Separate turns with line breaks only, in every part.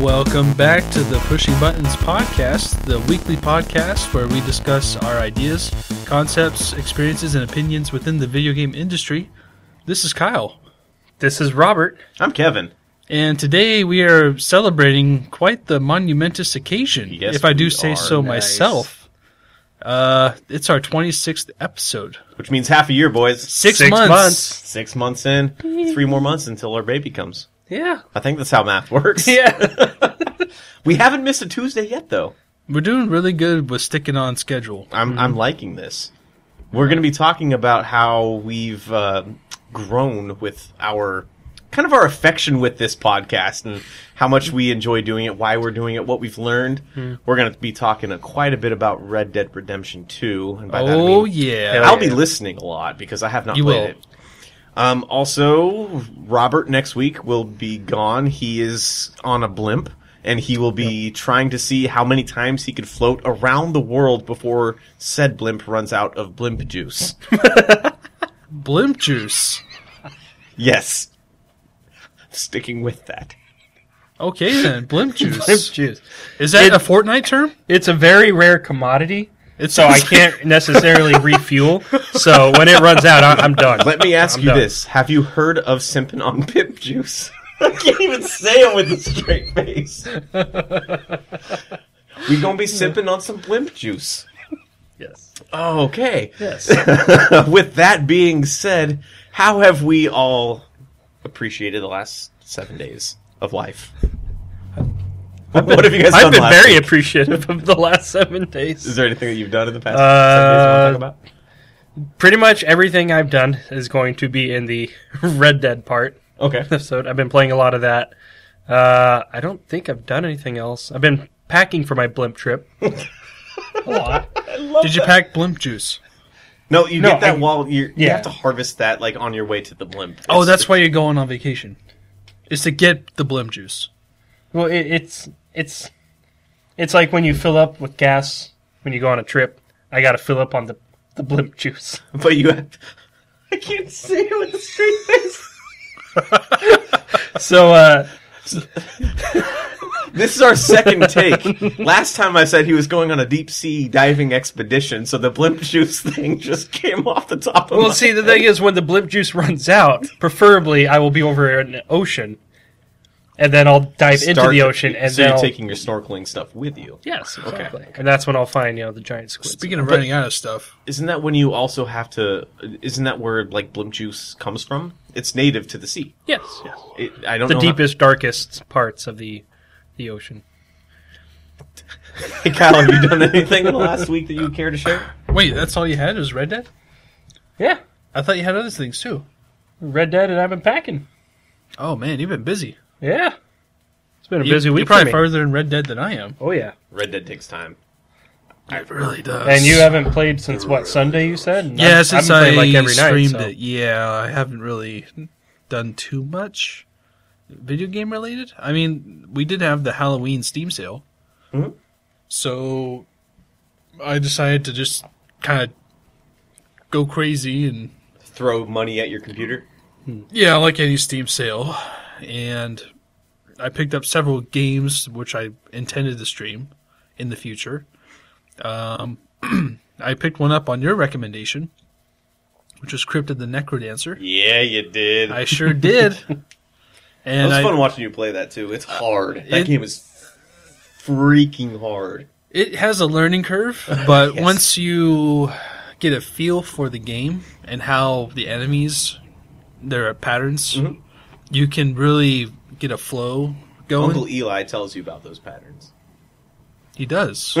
Welcome back to the Pushing Buttons podcast, the weekly podcast where we discuss our ideas, concepts, experiences, and opinions within the video game industry. This is Kyle.
This is Robert.
I'm Kevin.
And today we are celebrating quite the monumentous occasion,
Yes,
if I do
we
say
are.
so
Nice.
myself. Uh, it's our 26th episode.
Which means half a year, boys.
Six,
Six
months.
months.
Six months in, three more months until our baby comes.
Yeah.
I think that's how math works.
Yeah.
We haven't missed a Tuesday yet, though.
We're doing really good with sticking on schedule.
I'm, I'm liking this. We're going to be talking about how we've uh, grown with our kind of our affection with this podcast and how much we enjoy doing it, why we're doing it, what we've learned. We're going to be talking uh, quite a bit about Red Dead Redemption 2. And by that I
oh,
mean-
yeah.
I'll be
yeah.
listening a lot because I have not
You
played
will.
it. Um, also, Robert next week will be gone. He is on a blimp, and he will be trying to see how many times he could float around the world before said blimp runs out of blimp juice.
Blimp juice.
yes, sticking with that.
Okay, then. Blimp juice.
Oh, Jeez.
Is that
It-
a Fortnite term?
It's a very rare commodity,
It's
so I can't necessarily refuel. So when it runs out, I- I'm done.
Let me ask
I'm
you
done.
this: Have you heard of simping on blimp juice? I can't even say it with a straight face. we gonna be simping on some blimp juice.
Yes.
Okay.
Yes.
With that being said, how have we all appreciated the last seven days of life? what have you guys done?
I've been
last
very
week?
appreciative of the last seven
Is
days.
there anything that you've done in the past
Uh,
seven days you want to talk
Pretty much everything I've done is going to be in the Red Dead part
about? Okay.
episode. I've been playing a lot of that. Uh, I don't think I've done anything else. I've been packing for my blimp trip. a lot.
Did you pack blimp juice?
No, you
No,
get that
I-
while you're, you
yeah.
have to harvest that like on your way to the blimp.
Oh, that's why you're going on vacation. Is to get the blimp juice.
Well, it, it's it's it's like when you fill up with gas when you go on a trip. I gotta fill up on the the blimp juice.
But you have. I can't say it with a straight face.
So uh,
This is our second take. Last time I said he was going on a deep sea diving expedition, so the blimp juice thing just came off the top of
well,
my
see, the thing is, when the blimp juice runs out, preferably I will be over in the ocean, and then I'll dive into
start-
the ocean, and
so
then
you're
I'll-
taking your snorkeling stuff with you.
yes, exactly. And that's when I'll find you know the giant squid.
Speaking of running out of stuff,
Isn't that when you also have to? Isn't that where like blimp juice comes from? It's native to the sea.
yes, yes,
It, I don't
the
know
deepest, darkest parts of the the ocean.
How, hey, Kyle, have you done anything in the last week that you care to share?
wait, that's all you had is Red Dead.
Yeah,
I thought you had other things too.
Red Dead, and I've been packing.
Oh man, you've been busy.
Yeah, it's been a
You-
busy
you're
week. for
probably
me.
further in Red Dead than I am.
Oh yeah.
Red Dead takes time.
It really does.
And you haven't played since what Sunday? You said. And
yeah,
I've-
since
I've
I
been playing,
streamed
so-
it, yeah, I haven't really done too much video game related. I mean, we did have the Halloween Steam sale,
Mhm.
so I decided to just kind of go crazy and
Throw money at your computer.
Yeah, like any Steam sale. And I picked up several games which I intended to stream in the future. Um, I picked one up on your recommendation, which was Cryptid the Necrodancer.
Yeah, you did.
I sure did.
it
And
was
I,
fun watching you play that too. It's hard. That
It-
game is freaking hard.
it has a learning curve, but
Yes.
once you get a feel for the game and how the enemies, their patterns,
Mhm.
you can really get a flow going.
Uncle Eli tells you about those patterns.
He does.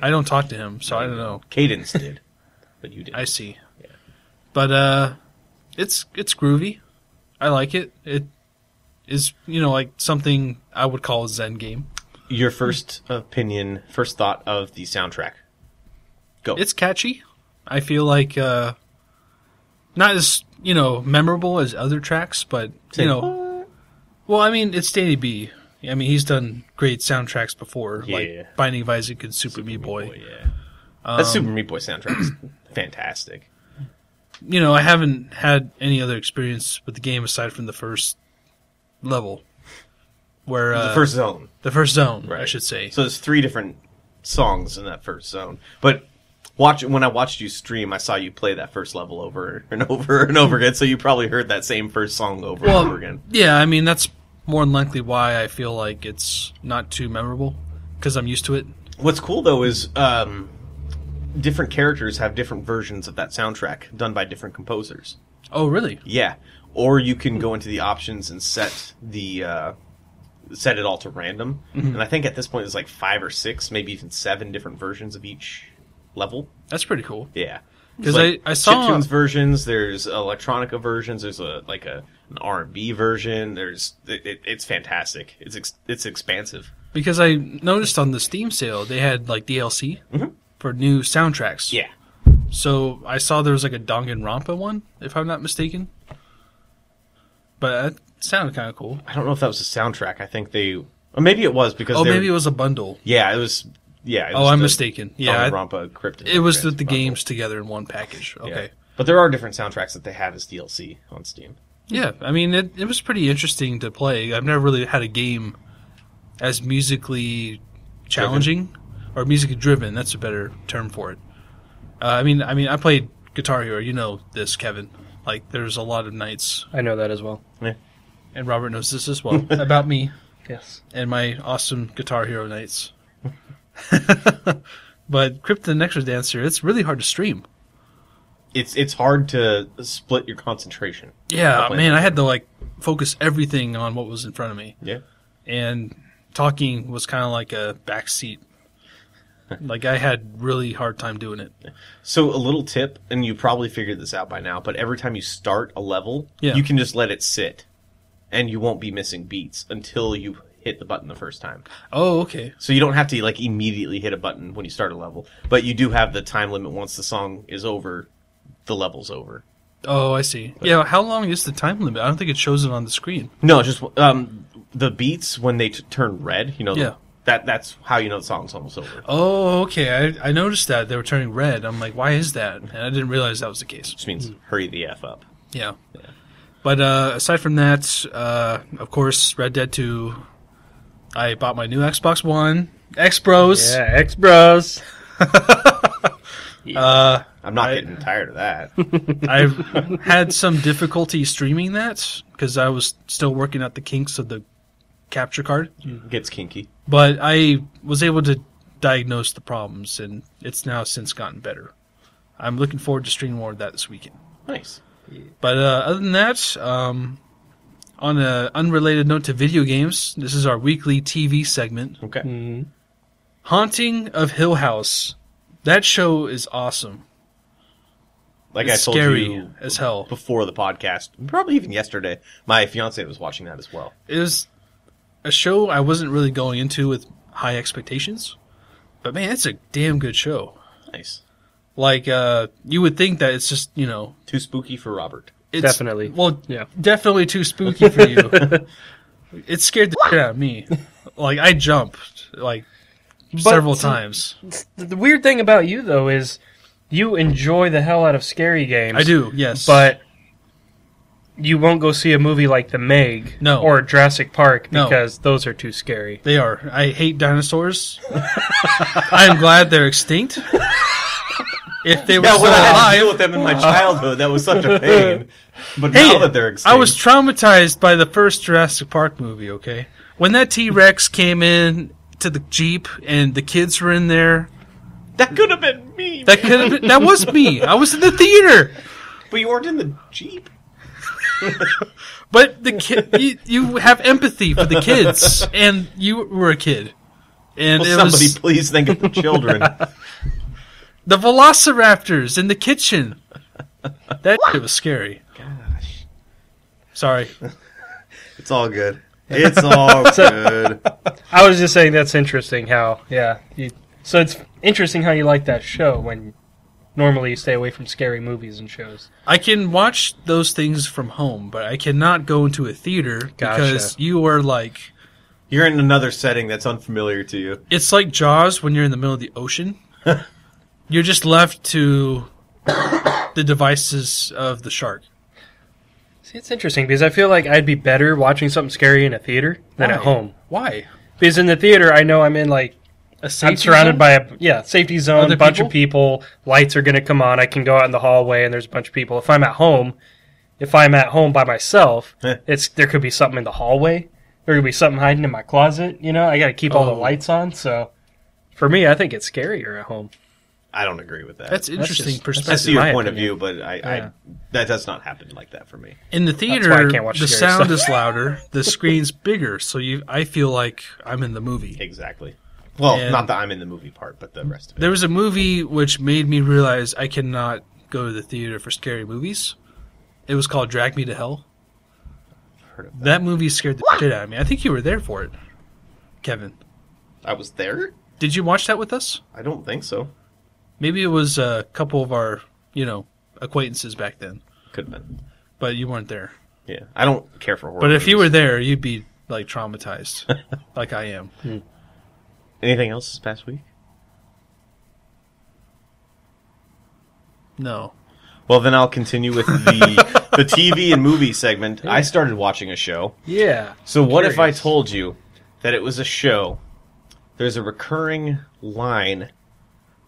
I don't talk to him, so I don't know.
Cadence did, but you did.
I see. But uh it's it's groovy. I like it. It is, you know, like something I would call a zen game.
Your first opinion, first thought of the soundtrack. Go.
It's catchy. I feel like uh not as, you know, memorable as other tracks, but you
Same.
know Well, I mean, it's Danny B. I mean, he's done great soundtracks before,
Yeah.
like Binding of Isaac and Super, Meat Boy.
"Oh, yeah. that Super Meat Boy soundtrack's fantastic.
you know, I haven't had any other experience with the game aside from the first level. where uh,
the first zone.
the first zone, I
Right.
should say.
So there's three different songs in that first zone. But watch when I watched you stream, I saw you play that first level over and over and over again. So you probably heard that same first song over and over again.
yeah, I mean that's more than likely why I feel like it's not too memorable because I'm used to it.
What's cool though is um, different characters have different versions of that soundtrack done by different composers.
Oh, really?
Yeah, or you can go into the options and set the uh, set it all to random.
Mm-hmm.
And I think at this point there's like five or six, maybe even seven different versions of each level.
That's pretty cool.
Yeah,
'Cause I- I saw-
chiptunes versions. There's electronica versions. There's a like a an R and B version. There's it, it, it's fantastic. It's ex, it's expansive.
Because I noticed on the Steam sale they had like DLC for new soundtracks.
Mm-hmm. Yeah,
So I saw there was like a Danganronpa one, if I'm not mistaken. But that sounded kind of cool.
I don't know if that was a soundtrack. I think they or maybe it was because
Oh,
they
maybe it
were,
was a bundle.
yeah it was yeah. It
Oh,
was
I'm
the
mistaken. Yeah, I-
Danganronpa Crypt.
It was the, the
Danganronpa.
games together in one package.
Yeah.
Okay.
But there are different soundtracks that they have as DLC on Steam.
Yeah, I mean, it, it was pretty interesting to play. I've never really had a game as musically challenging or musically driven. That's a better term for it. Uh, I mean, I mean, I played Guitar Hero. You know this, Kevin. Like, there's a lot of nights,
I know that as well.
and Robert knows this as well about me
Yes.
and my awesome Guitar Hero nights. but Krypton Extra Dancer, it's really hard to stream.
It's it's hard to split your concentration.
Yeah,
I'll play
man, I had to like focus everything on what was in front of me.
Yeah.
and talking was kind of like a backseat. like I had really hard time doing it.
So a little tip, and you probably figured this out by now, but every time you start a level,
Yeah.
you can just let it sit, and you won't be missing beats until you hit the button the first time.
Oh, okay.
So you don't have to like immediately hit a button when you start a level, but you do have the time limit once the song is over, the level's over.
Oh, I see. Yeah, how long is the time limit? I don't think it shows it on the screen.
No, just um the beats when they t- turn red, you know,
Yeah.
that that's how you know the song's almost over.
Oh, okay. I, I noticed that they were turning red. I'm like, why is that? And I didn't realize that was the case.
Which means hurry the f up.
Yeah. But uh, aside from that, uh, of course, Red Dead 2. I bought my new Xbox One. X Bros.
Yeah, X Bros.
Uh,
I'm not
I-
getting tired of that.
I've had some difficulty streaming that because I was still working out the kinks of the capture card,
Gets kinky.
but I was able to diagnose the problems, and it's now since gotten better. I'm looking forward to streaming more of that this weekend.
Nice.
But uh, other than that, um, on an unrelated note to video games, this is our weekly TV segment
Okay.
Mm.
Haunting of Hill House. That show is awesome.
Like
It's
I told
scary
you
as hell.
before the podcast, probably even yesterday, my fiance was watching that as well.
it was a show I wasn't really going into with high expectations, but man, it's a damn good show.
Nice.
Like uh, you would think that it's just you know
Too spooky for Robert.
it's
Definitely.
well
Yeah.
definitely too spooky for you. it scared the shit out of me. Like I jumped like several
so-
times.
The, the weird thing about you though is you enjoy the hell out of scary games.
I do yes,
but you won't go see a movie like The Meg
No.
or Jurassic Park
No.
because those are too scary.
they are. I hate dinosaurs. I am glad they're extinct. If they were
Yeah,
still
when I had to
alive,
deal with them in my childhood, that was such a pain. But now that they're extinct,
I was traumatized by the first Jurassic Park movie, okay? When that T Rex came in to the Jeep and the kids were in there,
that could have been me.
that could have been, that was me. I was in the theater.
but you weren't in the jeep.
But the kid you, you have empathy for the kids and you were a kid. And
Well,
it
somebody
was
please think of the children.
the velociraptors in the kitchen. That shit was scary.
Gosh,
Sorry.
it's all good. It's all good.
I was just saying that's interesting how yeah. You, so it's interesting how you like that show when normally you stay away from scary movies and shows.
I can watch those things from home, but I cannot go into a theater because
Gotcha.
you are like
You're in another setting that's unfamiliar to you.
It's like Jaws when you're in the middle of the ocean. you're just left to the devices of the shark.
See, it's interesting because I feel like I'd be better watching something scary in a theater than at
Why?
home.
Why?
Because in the theater, I know I'm in like
A
I'm
safety
surrounded
zone?
by a yeah safety zone,
Other
bunch of people. Lights are going to come on. I can go out in the hallway, and there's a bunch of people. If I'm at home, if I'm at home by myself,
Heh.
it's there could be something in the hallway. There could be something hiding in my closet. You know, I got to keep all the
Oh.
lights on. So for me, I think it's scarier at home.
I don't agree with that.
That's interesting
just- that's
I
perspective.
see your
my
point of
opinion.
view, but I,
Yeah.
I that does not happen like that for me.
In the
why I
theater,
can't watch
the
scary
sound
stuff.
is louder, the screen's bigger, so you I feel like I'm in the movie.
Exactly. Well,
And-
not that I'm in the movie part, but the rest of it.
There was a movie which made me realize I cannot go to the theater for scary movies. It was called Drag Me to Hell.
Heard of that.
That movie scared the shit out of me. I think you were there for it, Kevin.
I was there.
Did you watch that with us?
I don't think so.
Maybe it was a couple of our, you know, acquaintances back then,
Could have been.
but you weren't there.
Yeah, I don't care for horror.
But if you were
movies.
there, you'd be like traumatized, like I am.
anything else this past week?
No.
Well, then I'll continue with the the TV and movie segment. I started watching a show.
Yeah.
So what if I
Curious.
told you that it was a show? There's a recurring line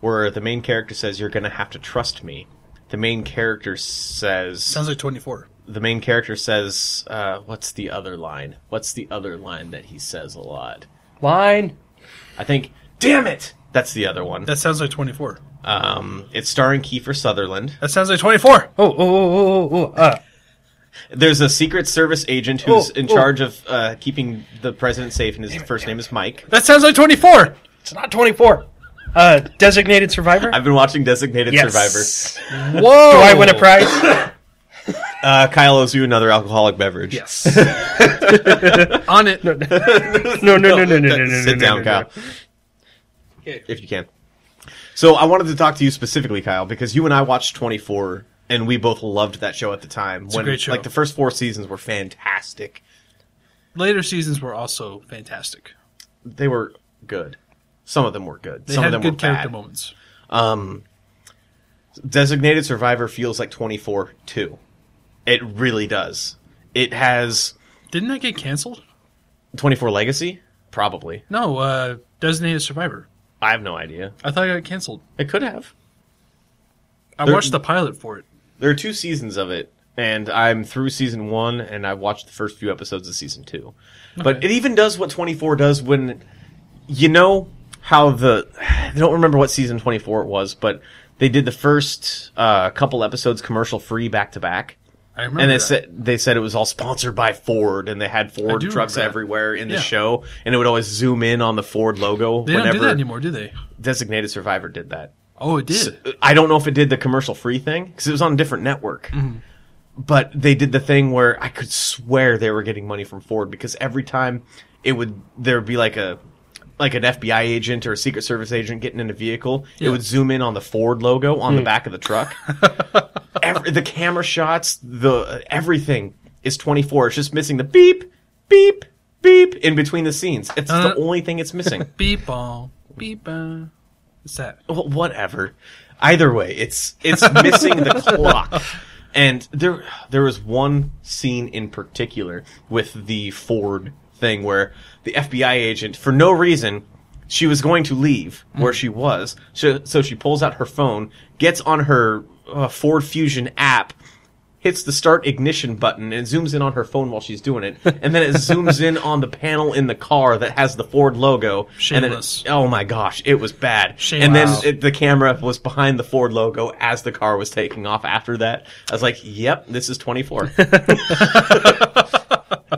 where the main character says, "You're going to have to trust me." The main character says,
Sounds like 24.
the main character says, uh, "What's the other line? What's the other line that he says a lot?"
Line.
I think, "Damn it!" That's the other one.
That sounds like 24.
Um, it's starring Kiefer Sutherland.
That sounds like 24.
Oh oh oh oh oh. oh uh,
There's a Secret Service agent who's
Oh,
in
oh.
charge of uh, keeping the president safe, and his first name is Mike.
That sounds like 24.
it's not twenty four. Uh, designated survivor.
I've been watching Designated Survivor.
Survivor.
Whoa.
Do I win a prize?
Uh, Kyle owes you another alcoholic beverage.
Yes. On it.
No no no no no no no.
Sit
no, no, no,
down, Kyle.
no.
If you can. So I wanted to talk to you specifically, Kyle, because you and I watched 24, and we both loved that show at the time.
a
when
great show.
like the first four seasons were fantastic.
Later seasons were also fantastic.
they were good. Some of them were good.
They
Some
had
of them
good
were
character
bad.
moments.
Designated Survivor feels like 24 2. It really does. It has
Didn't that get canceled?
24 Legacy? Probably.
No, uh, Designated Survivor.
I have no idea.
I thought it got canceled.
It could have.
I
There-
watched the pilot for it.
There are two seasons of it, and I'm through season one, and I've watched the first few episodes of season two. But it even does what 24 does when you know how the I don't remember what season 24 it was, but they did the first uh, couple episodes commercial free back to back.
I remember.
and they
that.
said they said it was all sponsored by Ford, and they had Ford
do remember
trucks
that.
everywhere in the
Yeah.
show, and it would always zoom in on the Ford logo
they
whenever
don't do that anymore, do they?
Designated Survivor did that.
Oh, it did.
I don't know if it did the commercial free thing because it was on a different network,
Mm-hmm.
but they did the thing where I could swear they were getting money from Ford because every time it would there would be like a like an FBI agent or a Secret Service agent getting in a vehicle, it
Yeah. Hmm.
would zoom in on the Ford logo on the back of the truck. Every, the camera shots, the everything is 24. It's just missing the beep, beep, beep in between the scenes. It's
Uh.
the only thing it's missing.
Beep on, beep on. What's that?
Well, whatever. Either way, it's it's missing the clock. And there there was one scene in particular with the Ford thing where the FBI agent, for no reason, she was going to leave where she was. So, so she pulls out her phone, gets on her uh, Ford Fusion app, hits the start ignition button, and zooms in on her phone while she's doing it. And then it zooms in on the panel in the car that has the Ford logo. And then it-
Shameless.
oh my gosh, it was bad.
Shameless.
And
Wow.
then it, the camera was behind the Ford logo as the car was taking off after that. I was like, yep, this is 24.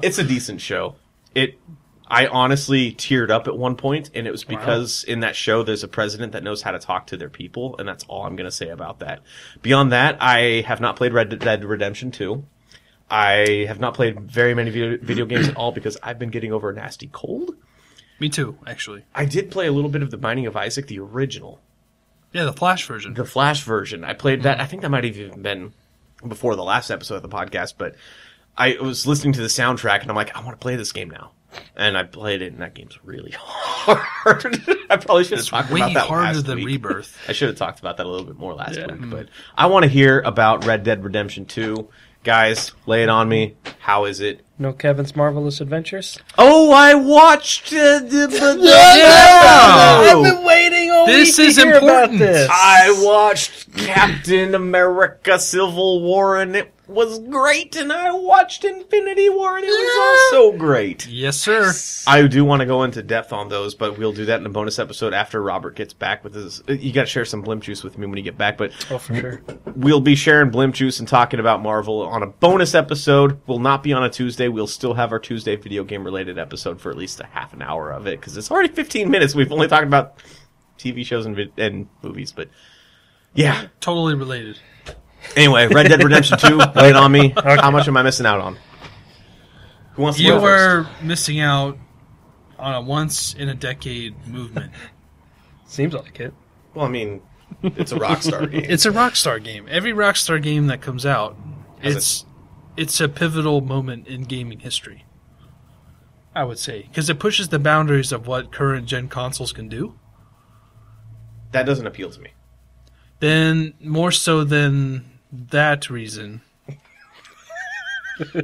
it's a decent show. It I honestly teared up at one point and it was because in that show there's a president that knows how to talk to their people and that's all I'm going to say about that. Beyond that, I have not played Red Dead Redemption 2. I have not played very many video, video games at all because I've been getting over a nasty cold.
Me too, actually.
I did play a little bit of The Binding of Isaac, the original,
Yeah, the Flash version.
the Flash version. I played
Mm-hmm.
that. I think that might have even been before the last episode of the podcast, but I was listening to the soundtrack and I'm like, I want to play this game now. And I played it, and that game's really hard. I probably should have talked
way
about that
harder
last
than
week.
Rebirth. Mm-hmm.
I should have talked about that a little bit more last
Yeah.
week, but I want to hear about Red Dead Redemption 2. Guys, lay it on me. How is it?
No Kevin's Marvelous Adventures?
Oh, I watched. Uh, the, the-
I've been waiting all
Oh, This
week
is
to hear about
important.
this.
I watched Captain America Civil War and it was great, and I watched Infinity War and it was also great.
Yes, sir.
I do want to go into depth on those, but we'll do that in a bonus episode after Robert gets back with his. uh, You got to share some blimp juice with me when you get back, but
Oh, for sure.
we'll be sharing blimp juice and talking about Marvel on a bonus episode. We'll not be on a Tuesday. We'll still have our Tuesday video game related episode for at least a half an hour of it because it's already 15 minutes. We've only talked about TV shows and vid- and movies, but yeah.
Totally related.
Anyway, Red Dead Redemption 2, lay it on me. How much am I missing out on? Who wants to
You
go first?
were missing out on a once in a decade movement.
Seems like it.
Well, I mean, it's a rock star game.
It's a Rockstar game. Every Rockstar game that comes out,
Has a-
it's it's a pivotal moment in gaming history. I would say because it pushes the boundaries of what current gen consoles can do.
That doesn't appeal to me.
Then more so than that reason,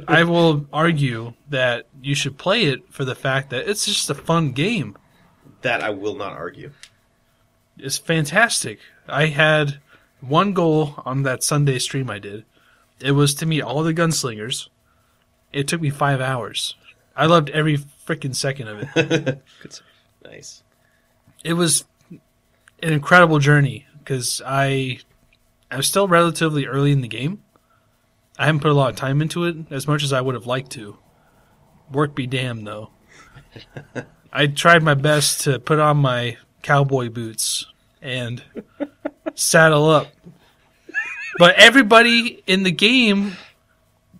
I will argue that you should play it for the fact that it's just a fun game.
That I will not argue.
It's fantastic. I had one goal on that Sunday stream I did. It was to meet all the gunslingers. It took me five hours. I loved every freaking second of it.
Nice.
it was an incredible journey because I I'm still relatively early in the game. I haven't put a lot of time into it as much as I would have liked to. Work be damned though. I tried my best to put on my cowboy boots and saddle up. But everybody in the game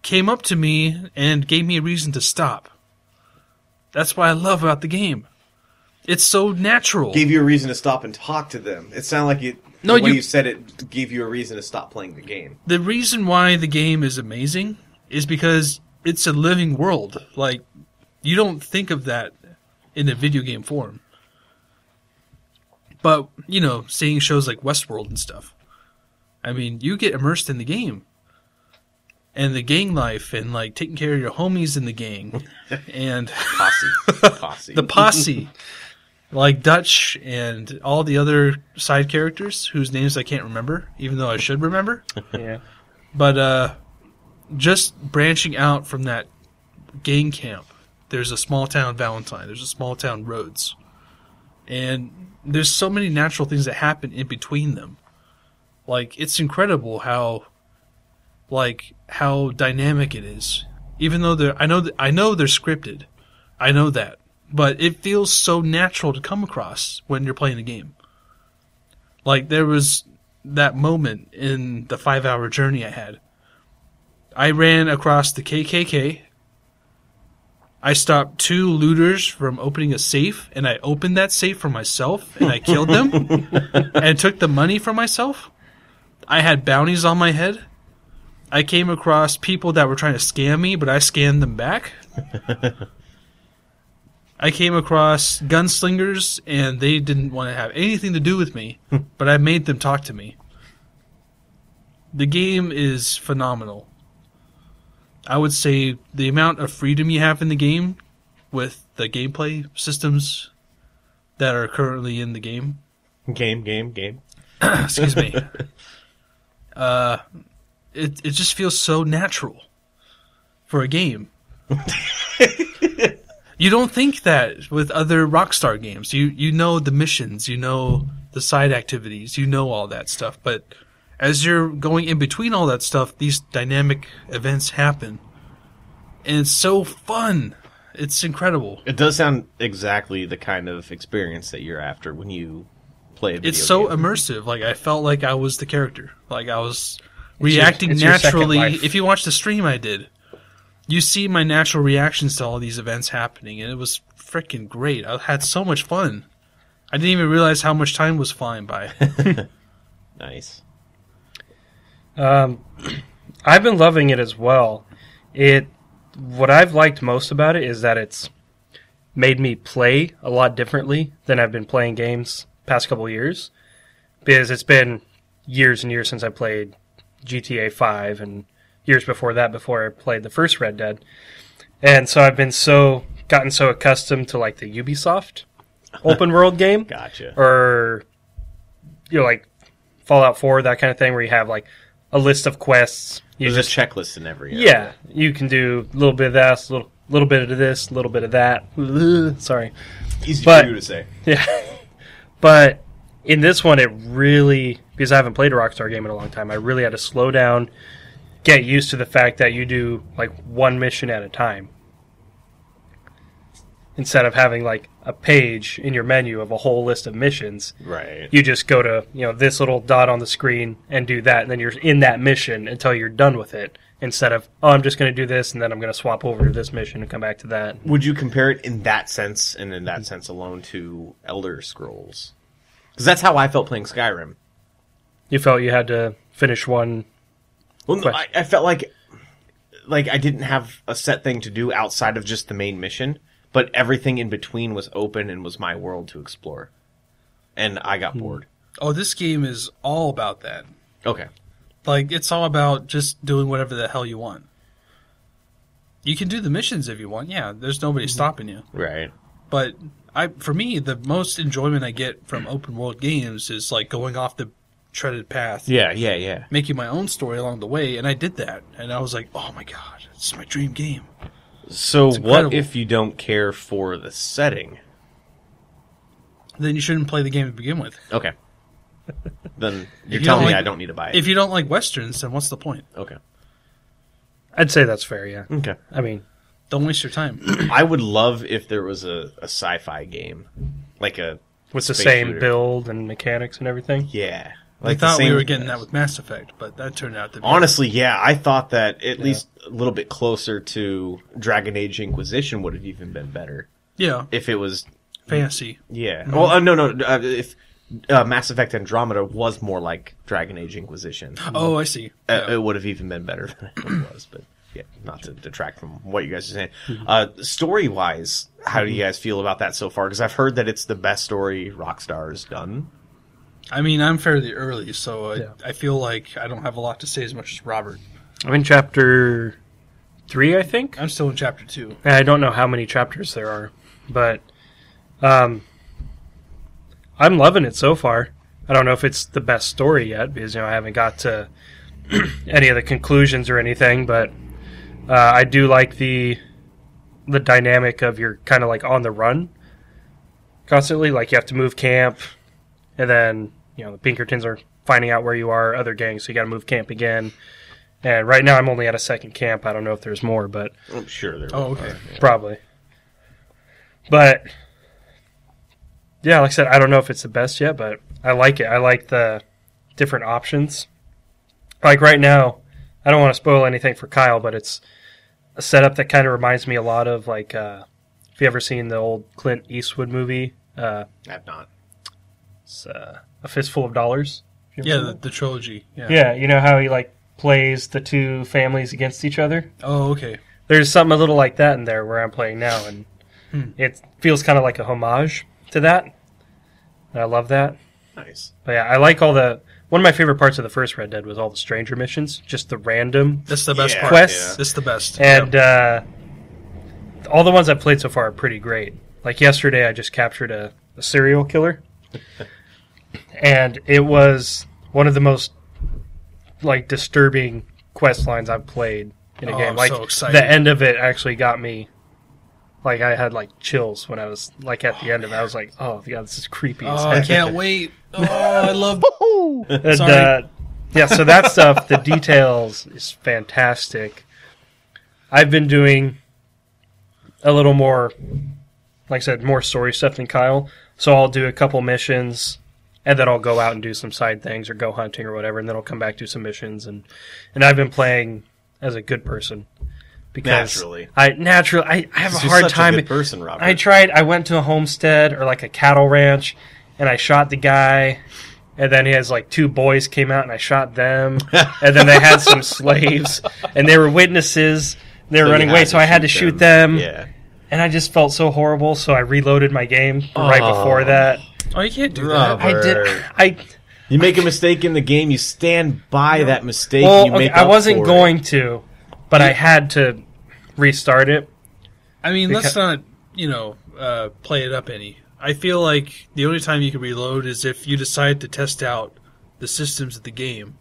came up to me and gave me a reason to stop. That's what I love about the game. It's so natural.
gave you a reason to stop and talk to them. It sounded like it.
No,
the way
you-
you said it gave you a reason to stop playing the game.
the reason why the game is amazing is because it's a living world. Like you don't think of that in a video game form. But, you know, seeing shows like Westworld and stuff. I mean, you get immersed in the game. And the gang life and like taking care of your homies in the gang and
Posse, posse.
the posse, like Dutch and all the other side characters whose names I can't remember, even though I should remember.
Yeah.
But uh, just branching out from that gang camp, there's a small town Valentine, there's a small town Rhodes, and there's so many natural things that happen in between them. Like it's incredible how, like how dynamic it is. Even though they're, I know, th- I know they're scripted, I know that, but it feels so natural to come across when you're playing the game. Like there was that moment in the five hour journey I had. I ran across the KKK. I stopped two looters from opening a safe, and I opened that safe for myself, and I killed them and took the money for myself. I had bounties on my head. I came across people that were trying to scam me, but I scammed them back. I came across gunslingers, and they didn't want to have anything to do with me, but I made them talk to me. The game is phenomenal. I would say the amount of freedom you have in the game with the gameplay systems that are currently in the game.
game, game, game.
Excuse me. Uh, it it just feels so natural for a game. you don't think that with other Rockstar games. You you know the missions, you know the side activities, you know all that stuff. But as you're going in between all that stuff, these dynamic events happen, and it's so fun. It's incredible.
It does sound exactly the kind of experience that you're after when you play. A video
it's so
game.
immersive. Like I felt like I was the character. Like I was reacting
it's your second
naturally.
life.
If you watch the stream I did, you see my natural reactions to all these events happening, and it was freaking great. I had so much fun. I didn't even realize how much time was flying by.
nice.
Um, I've been loving it as well. It what I've liked most about it is that it's made me play a lot differently than I've been playing games past couple years because it's been years and years since I played GTA 5 and years before that before I played the first Red Dead. And so I've been so gotten so accustomed to like the Ubisoft open world game
Gotcha.
or you know like Fallout 4 that kind of thing where you have like a list of quests you
There's
just
a checklist in every. area.
yeah, you can do a little bit of that, a little, little bit of this, a little bit of that. Sorry.
Easy
But-
for you to say.
Yeah. But in this one, it really, because I haven't played a Rockstar game in a long time, I really had to slow down, get used to the fact that you do like one mission at a time. Instead of having like a page in your menu of a whole list of missions,
Right.
you just go to you know this little dot on the screen and do that and then you're in that mission until you're done with it instead of oh i'm just going to do this and then i'm going to swap over to this mission and come back to that
Would you compare it in that sense and
Mm-hmm.
in that sense alone to Elder Scrolls? Because that's how I felt playing Skyrim.
you felt you had to finish one
Well, no, I,
Question.
I felt like like I didn't have a set thing to do outside of just the main mission, but everything in between was open and was my world to explore, and I got bored.
Oh, this game is all about that.
Okay,
Like it's all about just doing whatever the hell you want. You can do the missions if you want. Yeah, there's nobody
Mm-hmm.
stopping you.
right.
But I, for me, the most enjoyment I get from open world games is like going off the treaded path,
Yeah, yeah, yeah.
making my own story along the way, and I did that, and I was like, oh my god, this is my dream game.
So what
incredible.
if you don't care for the setting?
Then you shouldn't play the game to begin with.
Okay. then you're
you
telling
don't
me
like-
I don't need to buy it.
If you don't like westerns, then what's the point?
okay.
i'd say that's fair yeah
Okay.
i mean
Don't waste your time.
I would love if there was a, a sci-fi game, like a
with the
Space
same
shooter.
build and mechanics and everything
yeah.
I
Like the
thought we
same-
were getting that with Mass Effect, but that turned out to be
Honestly, yeah, I thought that at least a little bit closer to Dragon Age Inquisition would have even been better
yeah,
if it was.
fantasy.
Yeah.
Mm-hmm.
Well, uh, no, no. Uh, if uh, Mass Effect Andromeda was more like Dragon Age Inquisition,
Oh, I see.
uh,
Yeah.
it would have even been better than it was. But yeah, not to detract from what you guys are saying.
Mm-hmm.
Uh, story wise, how do you guys feel about that so far? Because I've heard that it's the best story Rockstar has done.
I mean, I'm fairly early, so I,
Yeah.
I feel like I don't have a lot to say as much as Robert.
i'm in chapter three i think
I'm still in chapter two.
And I don't know how many chapters there are, but um, I'm loving it so far. I don't know if it's the best story yet because you know I haven't got to any of the conclusions or anything, but uh, I do like the the dynamic of you're kind of like on the run constantly. Like you have to move camp, and then you know the Pinkertons are finding out where you are, other gangs, so you got to move camp again. And right now I'm only at a second camp. I don't know if there's more, but
I'm sure there.
Oh, okay.
Probably. But yeah, like I said, I don't know if it's the best yet, but I like it. I like the different options. Like right now, I don't want to spoil anything for Kyle, but it's a setup that kind of reminds me a lot of like uh, if you ever seen the old Clint Eastwood movie, uh,
I've not.
it's, uh, A Fistful of Dollars. You ever
Yeah,
seen
the,
that?
the trilogy. Yeah.
yeah. You know how he like plays the two families against each other.
Oh, okay.
there's something a little like that in there where I'm playing now, and
Hmm.
it feels kind of like a homage to that. And I love that.
Nice.
But yeah, I like all the. One of my favorite parts of the first Red Dead was all the stranger missions, just the random
That's the best
Yeah.
part.
Quests.
That's the best.
and
Yep.
uh, all the ones I've played so far are pretty great. Like yesterday, I just captured a, a serial killer, and it was one of the most like disturbing quest lines I've played in a
Oh,
game.
I'm
like
so excited.
the end of it actually got me. Like I had like chills when I was like at the end of it. I was like, oh yeah, this is creepy. as
oh,
heck."
I can't wait. Oh, I love.
And,
Sorry.
uh, yeah, so that stuff, the details is fantastic. I've been doing a little more, like I said, more story stuff than Kyle. So I'll do a couple missions, and then I'll go out and do some side things or go hunting or whatever, and then I'll come back do some missions. And and I've been playing as a good person because
Naturally.
I naturally I, I have a
You're
hard
such
time.
A good person, Robert.
I tried. I went to a homestead or like a cattle ranch, and I shot the guy. And then he has like two boys came out, and I shot them. and then they had some slaves, and they were witnesses. They were
So you
running
had
away,
to
so I had to shoot them.
Yeah.
And I just felt so horrible, so I reloaded my game right
Oh.
before that.
Oh, you can't do
Rob.
that.
I did.
Word.
I.
You make a mistake in the game, you stand by that mistake. and
Well,
you
okay,
make
I
up
wasn't
for it.
going to, but I had to restart it.
I mean, let's
Because-
not, you know, uh, play it up any. I feel like the only time you can reload is if you decide to test out the systems of the game.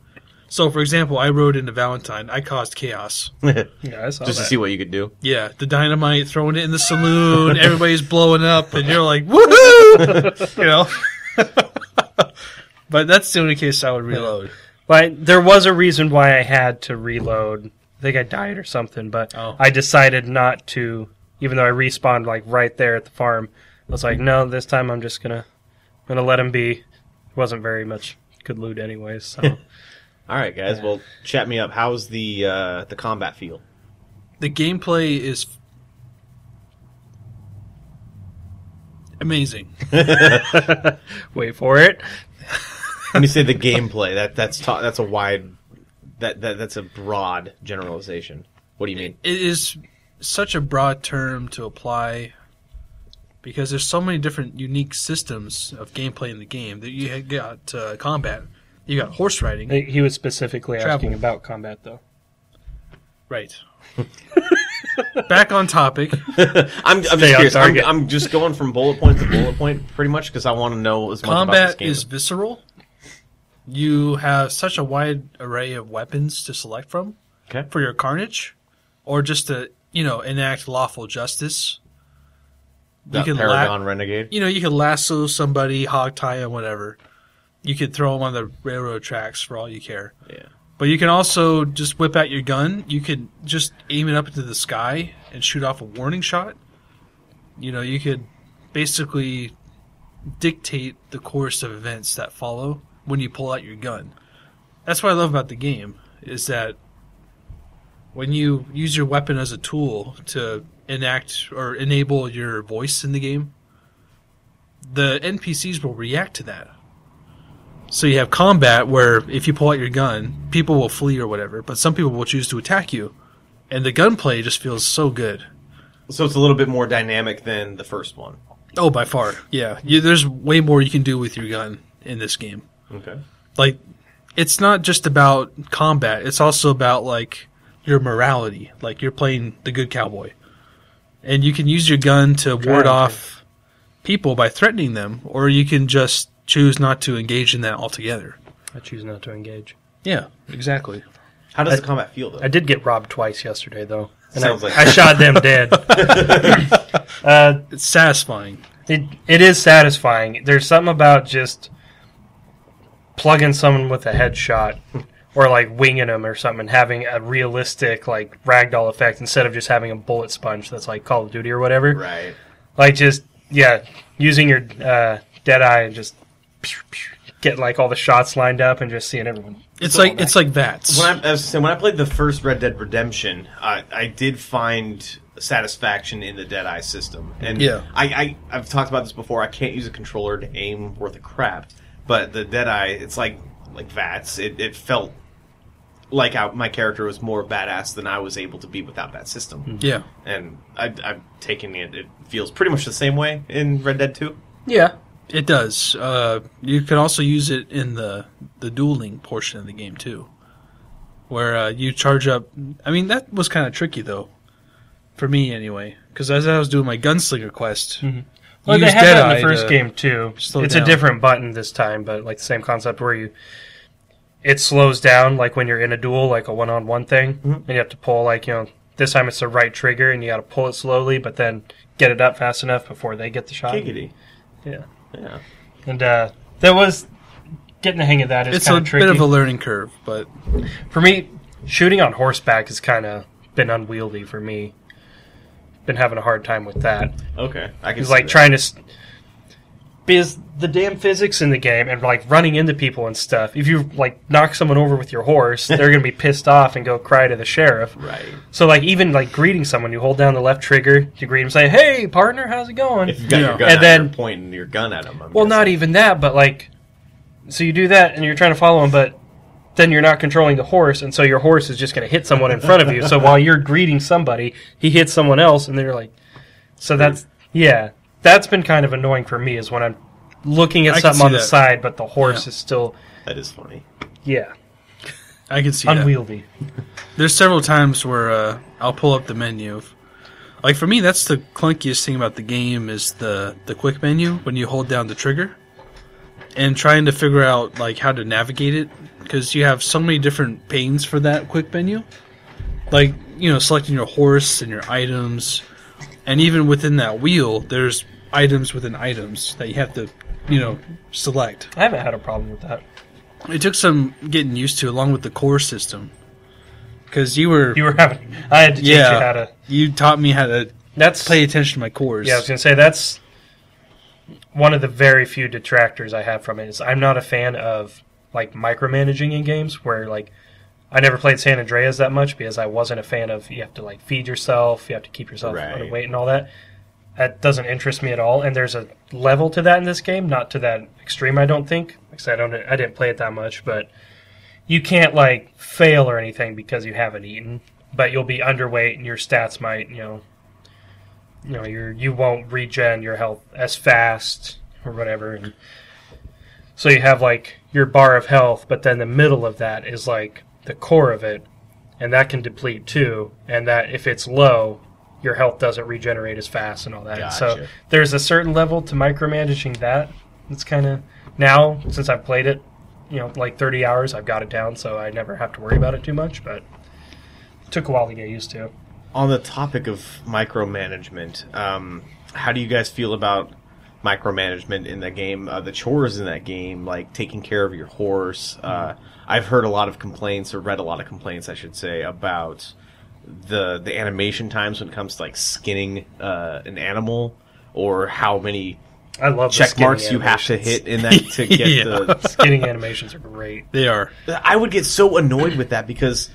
So, for example, I rode into Valentine. I caused chaos.
Yeah, I saw
just to
Oh, that.
see what you could do.
Yeah, the dynamite, throwing it in the saloon, everybody's blowing up, and you're like, woohoo! you know? but that's the only case I would reload.
But there was a reason why I had to reload. I think I died or something, but
Oh.
I decided not to, even though I respawned like right there at the farm. I was like, no, this time I'm just gonna gonna let him be. It wasn't very much good loot anyways. So
All right, guys. Well, chat me up. How's the uh, the combat feel?
The gameplay is amazing.
wait for it.
When you say the gameplay, that that's ta- that's a wide that, that that's a broad generalization. What do you mean?
it is such a broad term to apply because there's so many different unique systems of gameplay in the game that you had got uh, combat you got horse riding
He was specifically asking
Travel.
about combat though.
right back on topic
I'm, I'm just
Stay on
curious. I'm,
target.
I'm just going from bullet point to bullet point, pretty much, because I want to know as much about this
combat
game.
is visceral you have such a wide array of weapons to select from
Okay.
for your carnage or just to you know enact lawful justice
That
can la-
Paragon Renegade.
you know, you could lasso somebody, hog tie him, whatever. You could throw them on the railroad tracks for all you care.
Yeah.
But you can also just whip out your gun. You could just aim it up into the sky and shoot off a warning shot. You know, you could basically dictate the course of events that follow when you pull out your gun. That's what I love about the game is that when you use your weapon as a tool to enact or enable your voice in the game, the NPCs will react to that. So you have combat where if you pull out your gun, people will flee or whatever, but some people will choose to attack you. And the gunplay just feels so good.
So it's a little bit more dynamic than the first one.
Oh, by far. Yeah. You, there's way more you can do with your gun in this game.
Okay.
Like, it's not just about combat, it's also about, like, your morality. Like, you're playing the good cowboy. And you can use your gun to ward
Morality.
off people by threatening them, or you can just choose not to engage in that altogether.
I choose not to engage.
Yeah, exactly.
How does
I-
the combat feel though?
I did get robbed twice yesterday though. And
Sounds
I,
like-
I shot them dead. uh,
It's satisfying.
It it is satisfying. There's something about just plugging someone with a headshot or like winging them or something and having a realistic like ragdoll effect instead of just having a bullet sponge that's like Call of Duty or whatever.
right.
Like just yeah, using your uh, dead eye and just pew, pew, getting like all the shots lined up and just seeing everyone.
It's like it's like VATS.
When I, I was saying, when I played the first Red Dead Redemption, I, I did find satisfaction in the Deadeye system, and
Yeah.
I, I I've talked about this before. I can't use a controller to aim worth a crap, but the Deadeye, it's like like Vats. It, it felt like I, my character was more badass than I was able to be without that system,
yeah.
and I, I'm taking it. It feels pretty much the same way in Red Dead Two.
Yeah.
It does. Uh, you can also use it in the the dueling portion of the game too, where uh, you charge up. I mean, that was kind of tricky though, for me anyway, because as I was doing my gunslinger quest,
Mm-hmm. Well,
you
they
use uh,
had that in
Deadeye
the first
to-
game too. It's
slow
a
down.
different button this time, but like the same concept where you it slows down like when you're in a duel, like a one-on-one thing,
Mm-hmm.
and you have to pull like you know this time it's the right trigger, and you got to pull it slowly, but then get it up fast enough before they get the shot.
Giggity.
Yeah,
Yeah.
and uh, that was getting the hang of that. Is
It's
kind
a
of tricky
bit of a learning curve, but
for me. Shooting on horseback has kind of been unwieldy for me. Been having a hard time with that.
Okay. I can
He's
see
like
that.
trying to s- biz the damn physics in the game and like running into people and stuff. If you like knock someone over with your horse, they're gonna be pissed off and go cry to the sheriff.
Right.
So like even like greeting someone, you hold down the left trigger to greet him, say, "Hey, partner, how's it going?"
If you've got
Yeah.
your gun
And
out,
then-
you're pointing your gun at him. I'm
well, not
guessing.
even that, but like, so you do that and you're trying to follow him, but then you're not controlling the horse, and so your horse is just gonna hit someone in front of you. So while you're greeting somebody, he hits someone else, and they're like, so that's yeah, that's been kind of annoying for me is when I'm looking at
I can
something on
see
the
that.
side, but the horse
Yeah.
is still
That is funny.
Yeah,
I can see that.
unwieldy.
There's several times where uh, I'll pull up the menu. Like for me, that's the clunkiest thing about the game is the the quick menu when you hold down the trigger, and trying to figure out like how to navigate it because you have so many different panes for that quick menu. Like you know, selecting your horse and your items, and even within that wheel, there's items within items that you have to you know select.
I haven't had a problem with that.
It took some getting used to along with the core system because you were
You were having. I had to teach you how to.
you taught me how to
That's
pay attention to my cores.
Yeah, I was gonna say that's one of the very few detractors I have from it. Is I'm not a fan of like micromanaging in games where like I never played San Andreas that much because I wasn't a fan of you have to like feed yourself, you have to keep yourself
Right.
underweight and all that. That doesn't interest me at all. And there's a level to that in this game, not to that extreme, I don't think. Like I said, I don't, I didn't play it that much, but you can't like fail or anything because you haven't eaten. But you'll be underweight, and your stats might, you know, you know, you're you won't regen your health as fast or whatever. And so you have like your bar of health, but then the middle of that is like the core of it, and that can deplete too. And that if it's low, your health doesn't regenerate as fast and all that. And So
Gotcha.
there's a certain level to micromanaging that. It's kind of now since I've played it, you know, like 30 hours, I've got it down, so I never have to worry about it too much. But it took a while to get used to.
On the topic of micromanagement, um, how do you guys feel about micromanagement in that game? Uh, the chores in that game, like taking care of your horse. Uh, I've heard a lot of complaints, or read a lot of complaints, I should say, about the the animation times when it comes to like skinning uh, an animal, or how many
I love the
check
skinning
marks you have to
animations.
hit in that to get
Yeah.
the
Skinning animations are great.
they are.
I would get so annoyed with that because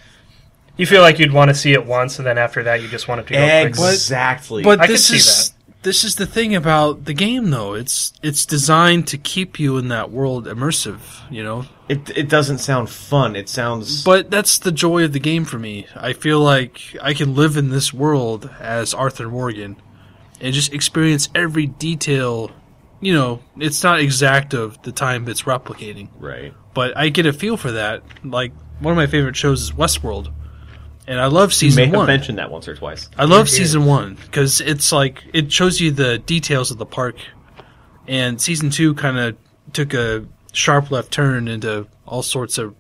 You feel like you'd want to see it once, and then after that, you just want it to go quick.
exactly.
But
I could
this
see
is this is the thing about the game though. It's it's designed to keep you in that world immersive. You know,
it it doesn't sound fun. It sounds
but that's the joy of the game for me. I feel like I can live in this world as Arthur Morgan and just experience every detail. You know, it's not exact of the time it's replicating.
right.
but I get a feel for that. Like one of my favorite shows is Westworld, and I love
You may
season
have
one.
mentioned that once or twice.
I love
Yeah.
season one because it's like it shows you the details of the park, and season two kind of took a sharp left turn into all sorts of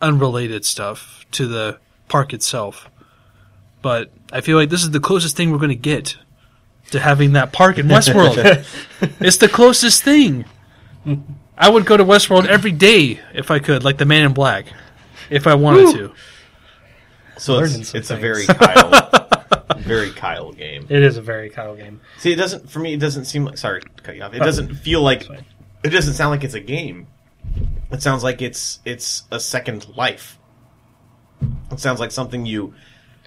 unrelated stuff to the park itself. But I feel like this is the closest thing we're going to get to having that park in Westworld. it's the closest thing. I would go to Westworld every day if I could, like the Man in Black, if I wanted to.
So
Learning
it's,
some
it's a
things.
very Kyle, very Kyle game.
It is a very Kyle game.
See, it doesn't for me. It doesn't seem like sorry to cut you off.
Oh.
It doesn't feel like
fine.
it doesn't sound like it's a game. It sounds like it's it's a second life. It sounds like something you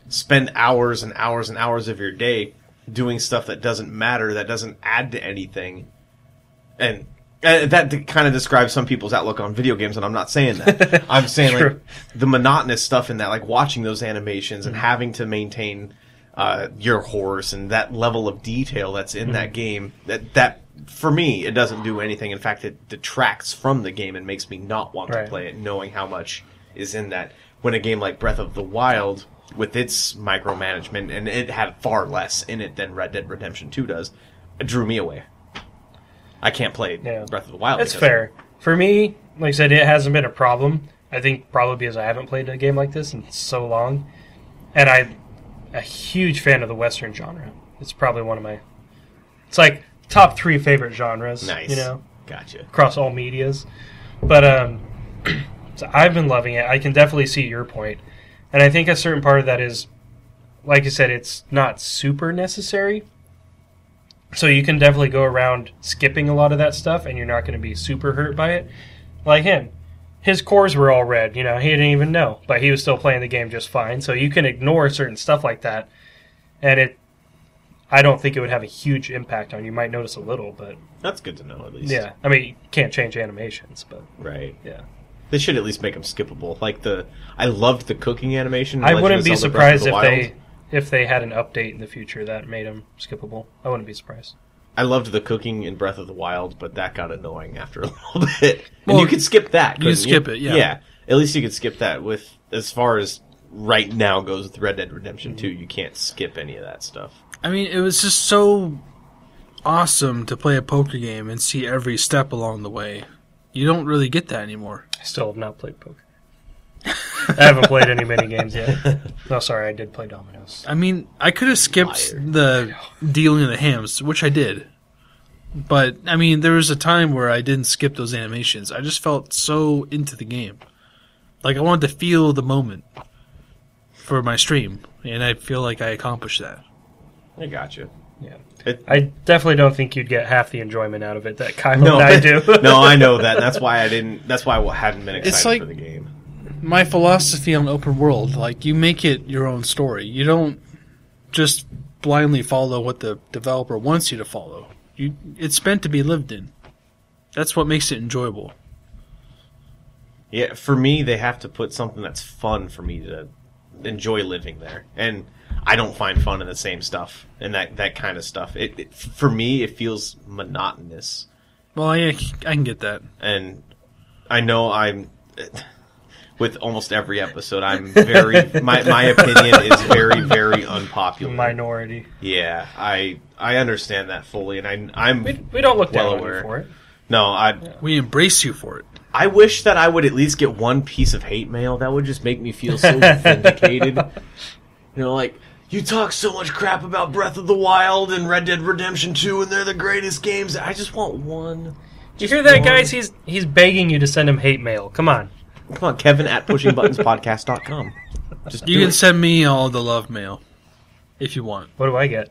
spend hours and hours and hours of your day doing stuff that doesn't matter, that doesn't add to anything, and. Uh, that kind of describes some people's outlook on video games, and I'm not saying that. I'm saying like
True.
the monotonous stuff in that, like watching those animations and having to maintain uh, your horse and that level of detail that's in that game. That that for me, it doesn't do anything. In fact, it detracts from the game and makes me not want
Right.
to play it, knowing how much is in that. When a game like Breath of the Wild, with its micromanagement, and it had far less in it than Red Dead Redemption Two does, it drew me away. I can't play
Yeah.
Breath of the Wild.
It's
because of it.
fair. For me, like I said, it hasn't been a problem. I think probably because I haven't played a game like this in so long. And I'm a huge fan of the Western genre. It's probably one of my. It's like top three favorite genres.
Nice.
You know?
Gotcha.
across all medias. But um, so I've been loving it. I can definitely see your point, and I think a certain part of that is, like I said, it's not super necessary. So you can definitely go around skipping a lot of that stuff, and you're not going to be super hurt by it. Like him, his cores were all red. You know, he didn't even know, but he was still playing the game just fine. So you can ignore certain stuff like that, and it. I don't think it would have a huge impact on you. You might notice a little, but
That's good to know at least.
yeah, I mean, you can't change animations, but
Right.
yeah,
They should at least make them skippable. Like the, I loved the cooking animation. in
I
Legend
wouldn't
of
be
Zelda Breath of
surprised
the
if
Wild.
they if they had an update in the future that made them skippable. I wouldn't be surprised.
I loved the cooking in Breath of the Wild, but that got annoying after a little bit. And
Well,
you could skip that.
you could
couldn't
skip it, yeah.
Yeah. At least you could skip that. With as far as right now goes with Red Dead Redemption Two, you can't skip any of that stuff.
I mean, it was just so awesome to play a poker game and see every step along the way. You don't really get that anymore.
I still have not played poker. I haven't played any mini games yet. No, sorry, I did play dominoes.
I mean, I could have skipped
Liar.
the dealing of the hams, which I did. But I mean, there was a time where I didn't skip those animations. I just felt so into the game. Like I wanted to feel the moment for my stream, and I feel like I accomplished that.
I gotcha.
I definitely don't think you'd get half the enjoyment out of it that Kyle
No,
and I do.
no, I know that. and That's why I didn't. That's why I hadn't been excited
It's like-
for the game.
my philosophy on open world like you make it your own story you don't just blindly follow what the developer wants you to follow you it's meant to be lived in that's what makes it enjoyable
Yeah, for me, they have to put something that's fun for me to enjoy living there, and I don't find fun in the same stuff and that that kind of stuff. It, it for me, it feels monotonous,
well i, I can get that
and I know I'm. With almost every episode, I'm very my, my opinion is very very unpopular.
Minority.
Yeah, I I understand that fully, and I I'm
We, we don't look down
Well
on you
aware.
for it.
no I
we embrace you for it
I wish that I would at least get one piece of hate mail. That would just make me feel so vindicated. You know, like you talk so much crap about Breath of the Wild and Red Dead Redemption 2 and they're the greatest games. I just want one.
You hear that,
one.
guys? He's he's begging you to send him hate mail. Come on.
Come on, Kevin at pushingbuttonspodcast.com. Just
you
do
can
it.
send me all the love mail if you want
What do I get?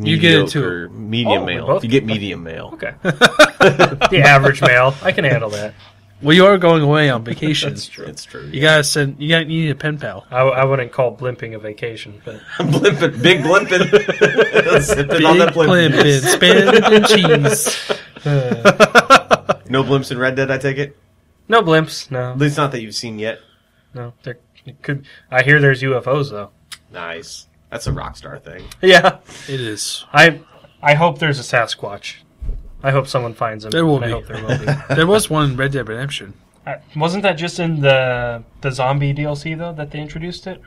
you get it too.
Mediocre, Medium
Oh, we
mail.
both
You get medium mail.
Okay. the average mail. I can handle that.
well you are going away on vacation
true.
It's true.
you gotta send you gotta you need a pen pal
I, I wouldn't call blimping a vacation, but
blimping, big blimping. Sipping on
Big
that blimp.
Blimpin, spin and cheese
No blimps in Red Dead, I take it?
no blimps. No,
At least not that you've seen yet.
no. There it could. I hear there's UFOs though.
Nice. That's a Rockstar thing.
Yeah.
it is
I I hope there's a Sasquatch. I hope someone finds him.
There will
and I
be.
hope there will be.
there was one in red dead redemption
I- Wasn't that just in the the zombie DLC though that they introduced it?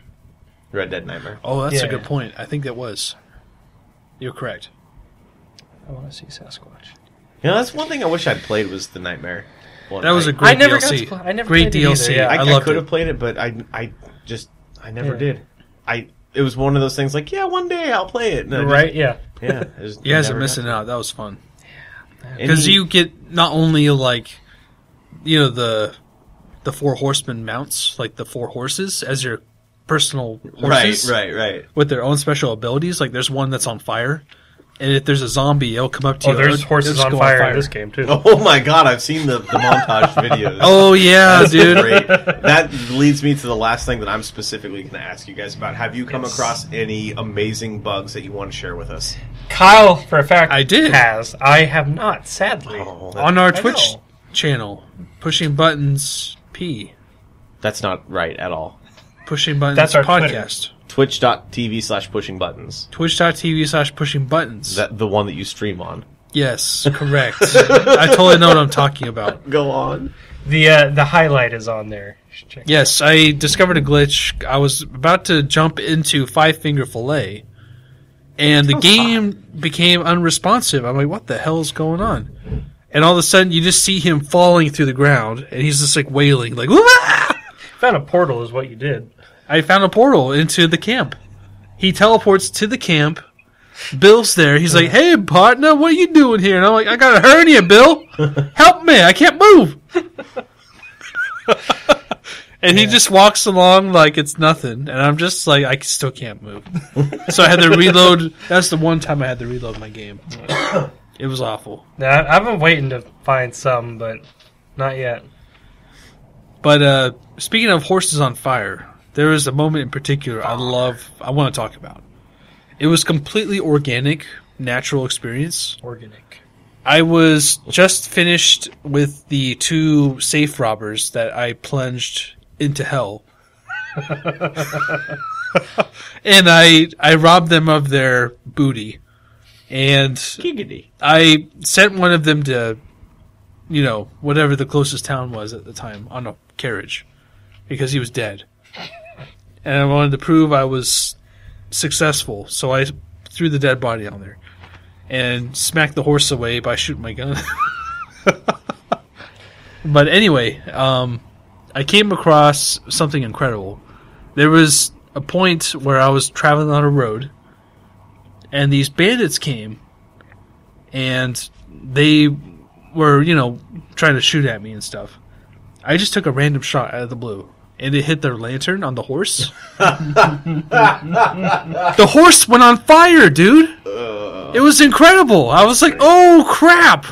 Red Dead Nightmare.
Oh, that's a
Yeah.
good point. I think that was. You're correct.
I want to see Sasquatch.
You know, that's one thing I wish I'd played was the Nightmare. one.
That was a
I-
great
I never got
DLC.
to play- I never
great
played it
DLC.
either, yeah.
I,
I,
loved
could have
it.
played it, but I I just I never
Yeah.
did. I it was one of those things like yeah, one day I'll play it. And I just-
Right? Yeah.
yeah. I just
You guys are
never
missing
got
out. That was fun
to it.
because
Any-
you get not only like, you know the, the four horsemen mounts like the four horses as your personal
right
horses
right right.
with their own special abilities. Like there's one that's on fire, and if there's a zombie, it'll come up to
Oh,
you.
there's
It'll-
horses
it'll
on
just go
fire, in this game too.
Oh my god, I've seen the, the montage videos.
Oh yeah,
That's
dude.
great. That leads me to the last thing that I'm specifically going to ask you guys about. Have you come
Yes.
across any amazing bugs that you want to share with us?
Kyle, for a fact,
I did.
has. I have not, sadly.
Oh, that-
on our
I
Twitch
know.
channel, pushing buttons P,
that's not right at all.
pushing buttons
That's our Twitter.
podcast.
Twitch.tv slash pushing buttons.
twitch.tv slash pushing buttons.
That the one that you stream on.
yes, correct. I totally know what I'm talking about.
Go on.
The uh, the highlight is on there. You should check it
Yes, I discovered a glitch. I was about to jump into Five Finger Filet, and the game became unresponsive. I'm like, what the hell's going on? And all of a sudden, you just see him falling through the ground, and he's just like wailing, like, "Wah!"
out. Found a portal is what you did.
I found a portal into the camp. He teleports to the camp. Bill's there. He's like, "Hey, partner, what are you doing here?" And I'm like, "I got a hernia, Bill. Help me! I can't move." and he just walks along like it's nothing, and I'm just like, I still can't move. so I had to reload. That's the one time I had to reload my game. it was awful.
Now I've been waiting to find some, but not yet.
But uh, speaking of horses on fire, there is a moment in particular I love. I want to talk about. It was completely organic, natural experience.
Organic.
I was just finished with the two safe robbers that I plunged into hell. and I I robbed them of their booty. and
Giggity.
I sent one of them to, you know, whatever the closest town was at the time on a carriage because he was dead. And I wanted to prove I was successful, so I threw the dead body on there and smacked the horse away by shooting my gun. but anyway, um, I came across something incredible. There was a point where I was traveling on a road, and these bandits came and they were, you know, trying to shoot at me and stuff. I just took a random shot out of the blue, and it hit their lantern on the horse. the horse went on fire, dude.
Uh.
It was incredible. I was like, "Oh crap!"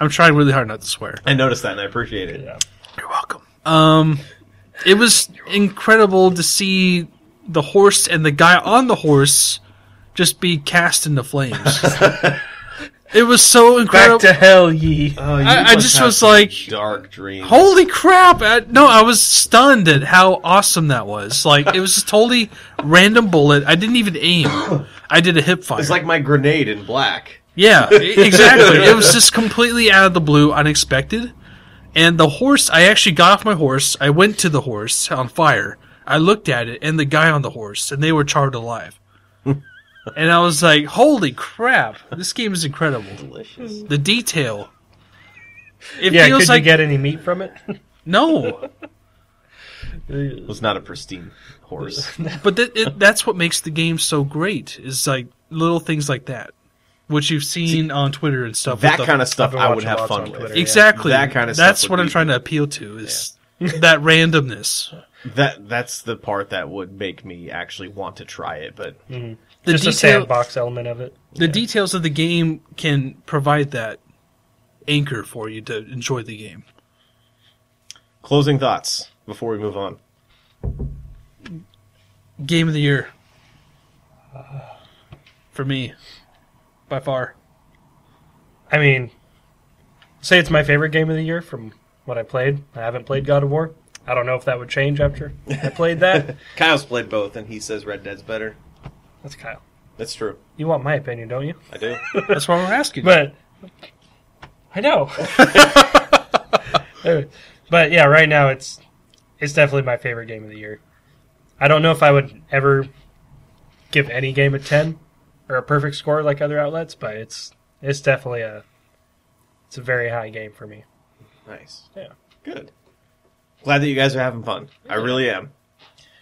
I'm trying really hard not to swear.
I noticed that and I appreciate it.
You're welcome. Um, it was incredible to see the horse and the guy on the horse just be cast into flames. it was so incredible.
Back to hell, ye.
Oh, you
I
must
just
have
was
some
like,
dark dream.
Holy crap! I, no, I was stunned at how awesome that was. Like it was just totally random bullet. I didn't even aim. I did a hip fire.
It's like my grenade in black.
yeah, e- exactly. it was just completely out of the blue, unexpected. And the horse, I actually got off my horse. I went to the horse on fire. I looked at it and the guy on the horse, and they were charred alive. and I was like, "Holy crap! This game is incredible.
Delicious.
The detail." It
Yeah,
feels
could
like
you get any meat from it?
no.
It was not a pristine horse.
but th- it, that's what makes the game so great is like little things like that which you've seen on twitter and stuff
that kind of stuff
been
I would
watching
have
lots
fun
on
with.
Twitter.
exactly
That kinda stuff
that's
would
what i'm
be-
trying to appeal to is that randomness
That that's the part that would make me actually want to try it. But
the
Just a
detail
sandbox element of it.
the details of the game can provide that anchor for you to enjoy the game
closing thoughts before we move on.
game of the year for me by far
I mean, say it's my favorite game of the year from what I played. I haven't played God of War. I don't know if that would change after I played that.
Kyle's played both, and he says Red Dead's better.
That's Kyle.
That's true.
You want my opinion, don't you?
I do.
that's why we're asking
But I know. Anyway, Uh, but yeah, right now it's it's definitely my favorite game of the year. I don't know if I would ever give any game a ten or a perfect score like other outlets, but it's it's definitely a it's a very high game for me.
nice.
Yeah.
Good. Glad that you guys are having fun. I really am.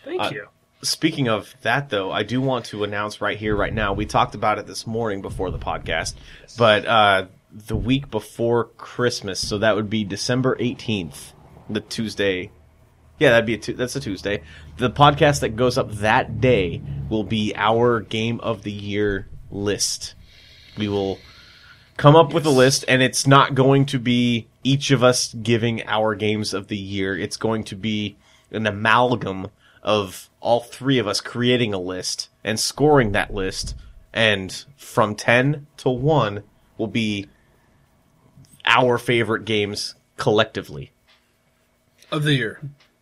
Thank
Uh,
you.
Speaking of that, though, I do want to announce right here, right now. We talked about it this morning before the podcast, but uh, the week before Christmas, so that would be December eighteenth, the Tuesday. Yeah, that'd be a tu- that's a Tuesday. The podcast that goes up that day will be our game of the year list. We will come up with a list, and it's not going to be each of us giving our games of the year. It's going to be an amalgam of all three of us creating a list and scoring that list, and from 10 to 1 will be our favorite games collectively.
of the year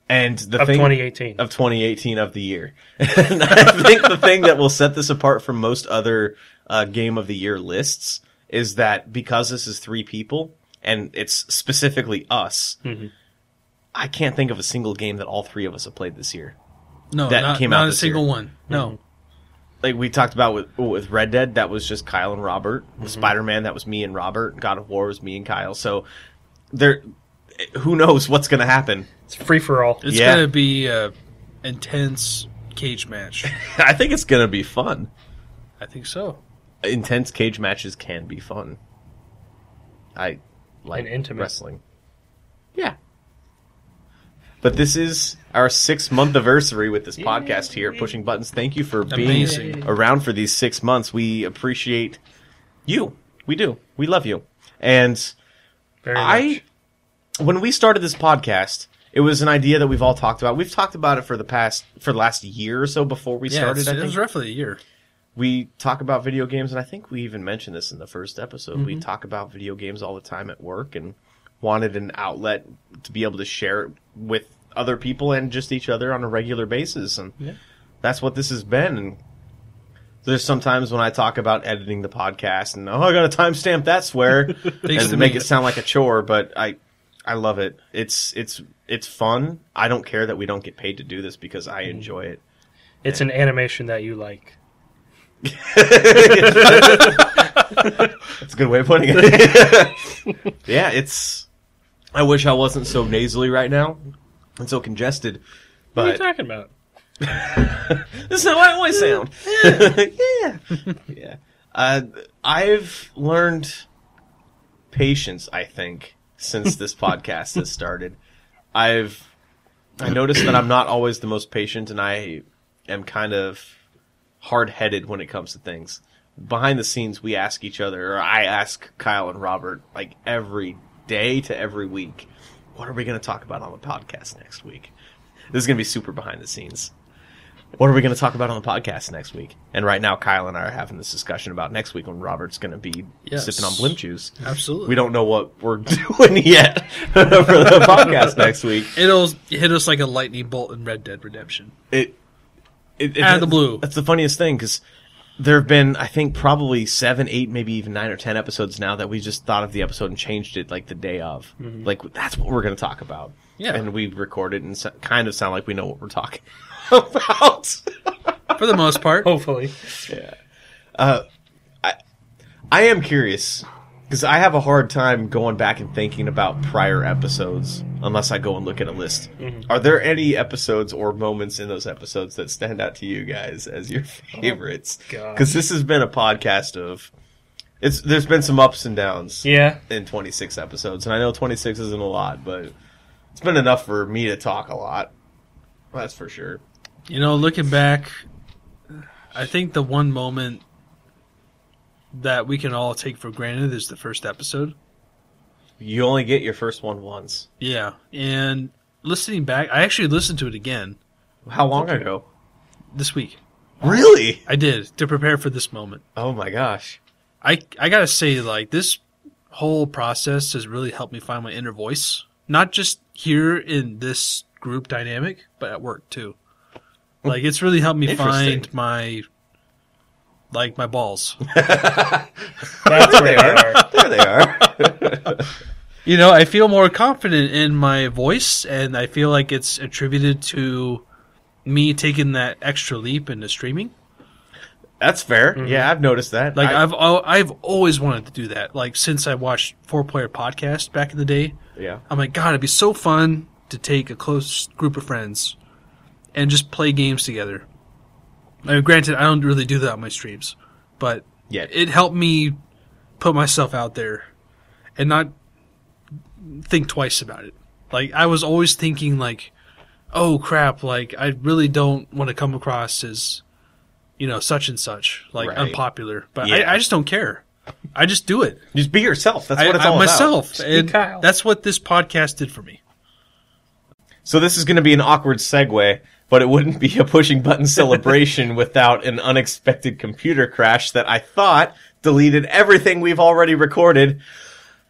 And the
Of
thing
2018.
of 2018 of the year. and I think the thing that will set this apart from most other uh, game of the year lists is that because this is three people and it's specifically us, I can't think of a single game that all three of us have played this year.
no
That
not,
came out
not a
this
single
year. Mm-hmm.
one no
Like we talked about with with Red Dead, that was just Kyle and Robert. Spider Man, that was me and Robert. God of War was me and Kyle. So there, who knows what's going to happen?
It's free for all.
It's
Yeah.
gonna be a intense cage match.
I think it's going to be fun.
I think so.
intense cage matches can be fun. I like
And intimate.
wrestling. Yeah. But this is our six month anniversary with this podcast here, at Pushing Buttons. Thank you for being
Amazing.
around for these six months. We appreciate you. We do. We love you. And
Very
I
much.
when we started this podcast, it was an idea that we've all talked about. We've talked about it for the past for the last year or so before we
Yeah,
started.
it's-
I
it
think
was roughly a year.
we talk about video games and i think we even mentioned this in the first episode we talk about video games all the time at work and wanted an outlet to be able to share it with other people and just each other on a regular basis and that's what this has been and There's sometimes when I talk about editing the podcast and oh, I got to timestamp that swear, and to make it sound like a chore, but I, I love it. It's it's it's fun. I don't care that we don't get paid to do this because I enjoy it.
It's an animation that you like.
That's a good way of putting it. yeah, it's. I wish I wasn't so nasally right now and so congested,
What are you
but
talking about?
that's not how I always sound. yeah, yeah. Uh, I've learned patience. I think since this podcast has started, I've I noticed that I'm not always the most patient, and I am kind of hard headed when it comes to things. Behind the scenes, we ask each other, or I ask Kyle and Robert, like every day to every week, what are we going to talk about on the podcast next week? This is going to be super behind the scenes. What are we going to talk about on the podcast next week? And right now, Kyle and I are having this discussion about next week when Robert's going to be
Yes.
sipping on blimp juice.
Absolutely.
We don't know what we're doing yet for the podcast next week.
It'll hit us like a lightning bolt in Red Dead Redemption.
it, it, it
Out of the blue.
That's the funniest thing because there have been, I think, probably seven, eight, maybe even nine or ten episodes now that we just thought of the episode and changed it like the day of. Like that's what we're going to talk about.
Mm-hmm. Yeah.
and we record it and so, kind of sound like we know what we're talking about.
For the most part.
Oh.
Hopefully.
I am curious because I have a hard time going back and thinking about prior episodes unless I go and look at a list. Are there any episodes or moments in those episodes that stand out to you guys as your favorites?
God.
Because this has been a podcast of it's. There's been some ups and downs
Yeah.
in 26 episodes, and I know 26 isn't a lot, but it's been enough for me to talk a lot. That's for sure.
You know, looking back, I think the one moment that we can all take for granted is the first episode.
You only get your first one once.
Yeah. And listening back, I actually listened to it again
How long ago?
this week.
Really?
I did to prepare for this moment.
Oh my gosh.
I I gotta say, like this whole process has really helped me find my inner voice, not just here in this group dynamic, but at work too. Like it's really helped me
Interesting.
find my like my balls.
That's where they are.
There they are.
You know, I feel more confident in my voice, and I feel like it's attributed to me taking that extra leap into streaming.
That's fair. Yeah, I've noticed that.
Mm-hmm. Like
I,
I, I've al- I've always wanted to do that. Like since I watched Four Player Podcast back in the day,
yeah,
I'm like, God, it'd be so fun to take a close group of friends and just play games together. I mean, granted, I don't really do that on my streams, but
yeah.
it helped me put myself out there and not think twice about it. Like I was always thinking, like, oh crap, like I really don't want to come across as, you know, such and such, like
Right.
unpopular. But
Yeah.
I, I just don't care. I just do it.
Just be yourself. That's what it's
I,
all
I, myself.
about.
and
Kyle.
that's what this podcast did for me.
So this is going to be an awkward segue, but it wouldn't be a pushing button celebration without an unexpected computer crash that I thought deleted everything we've already recorded,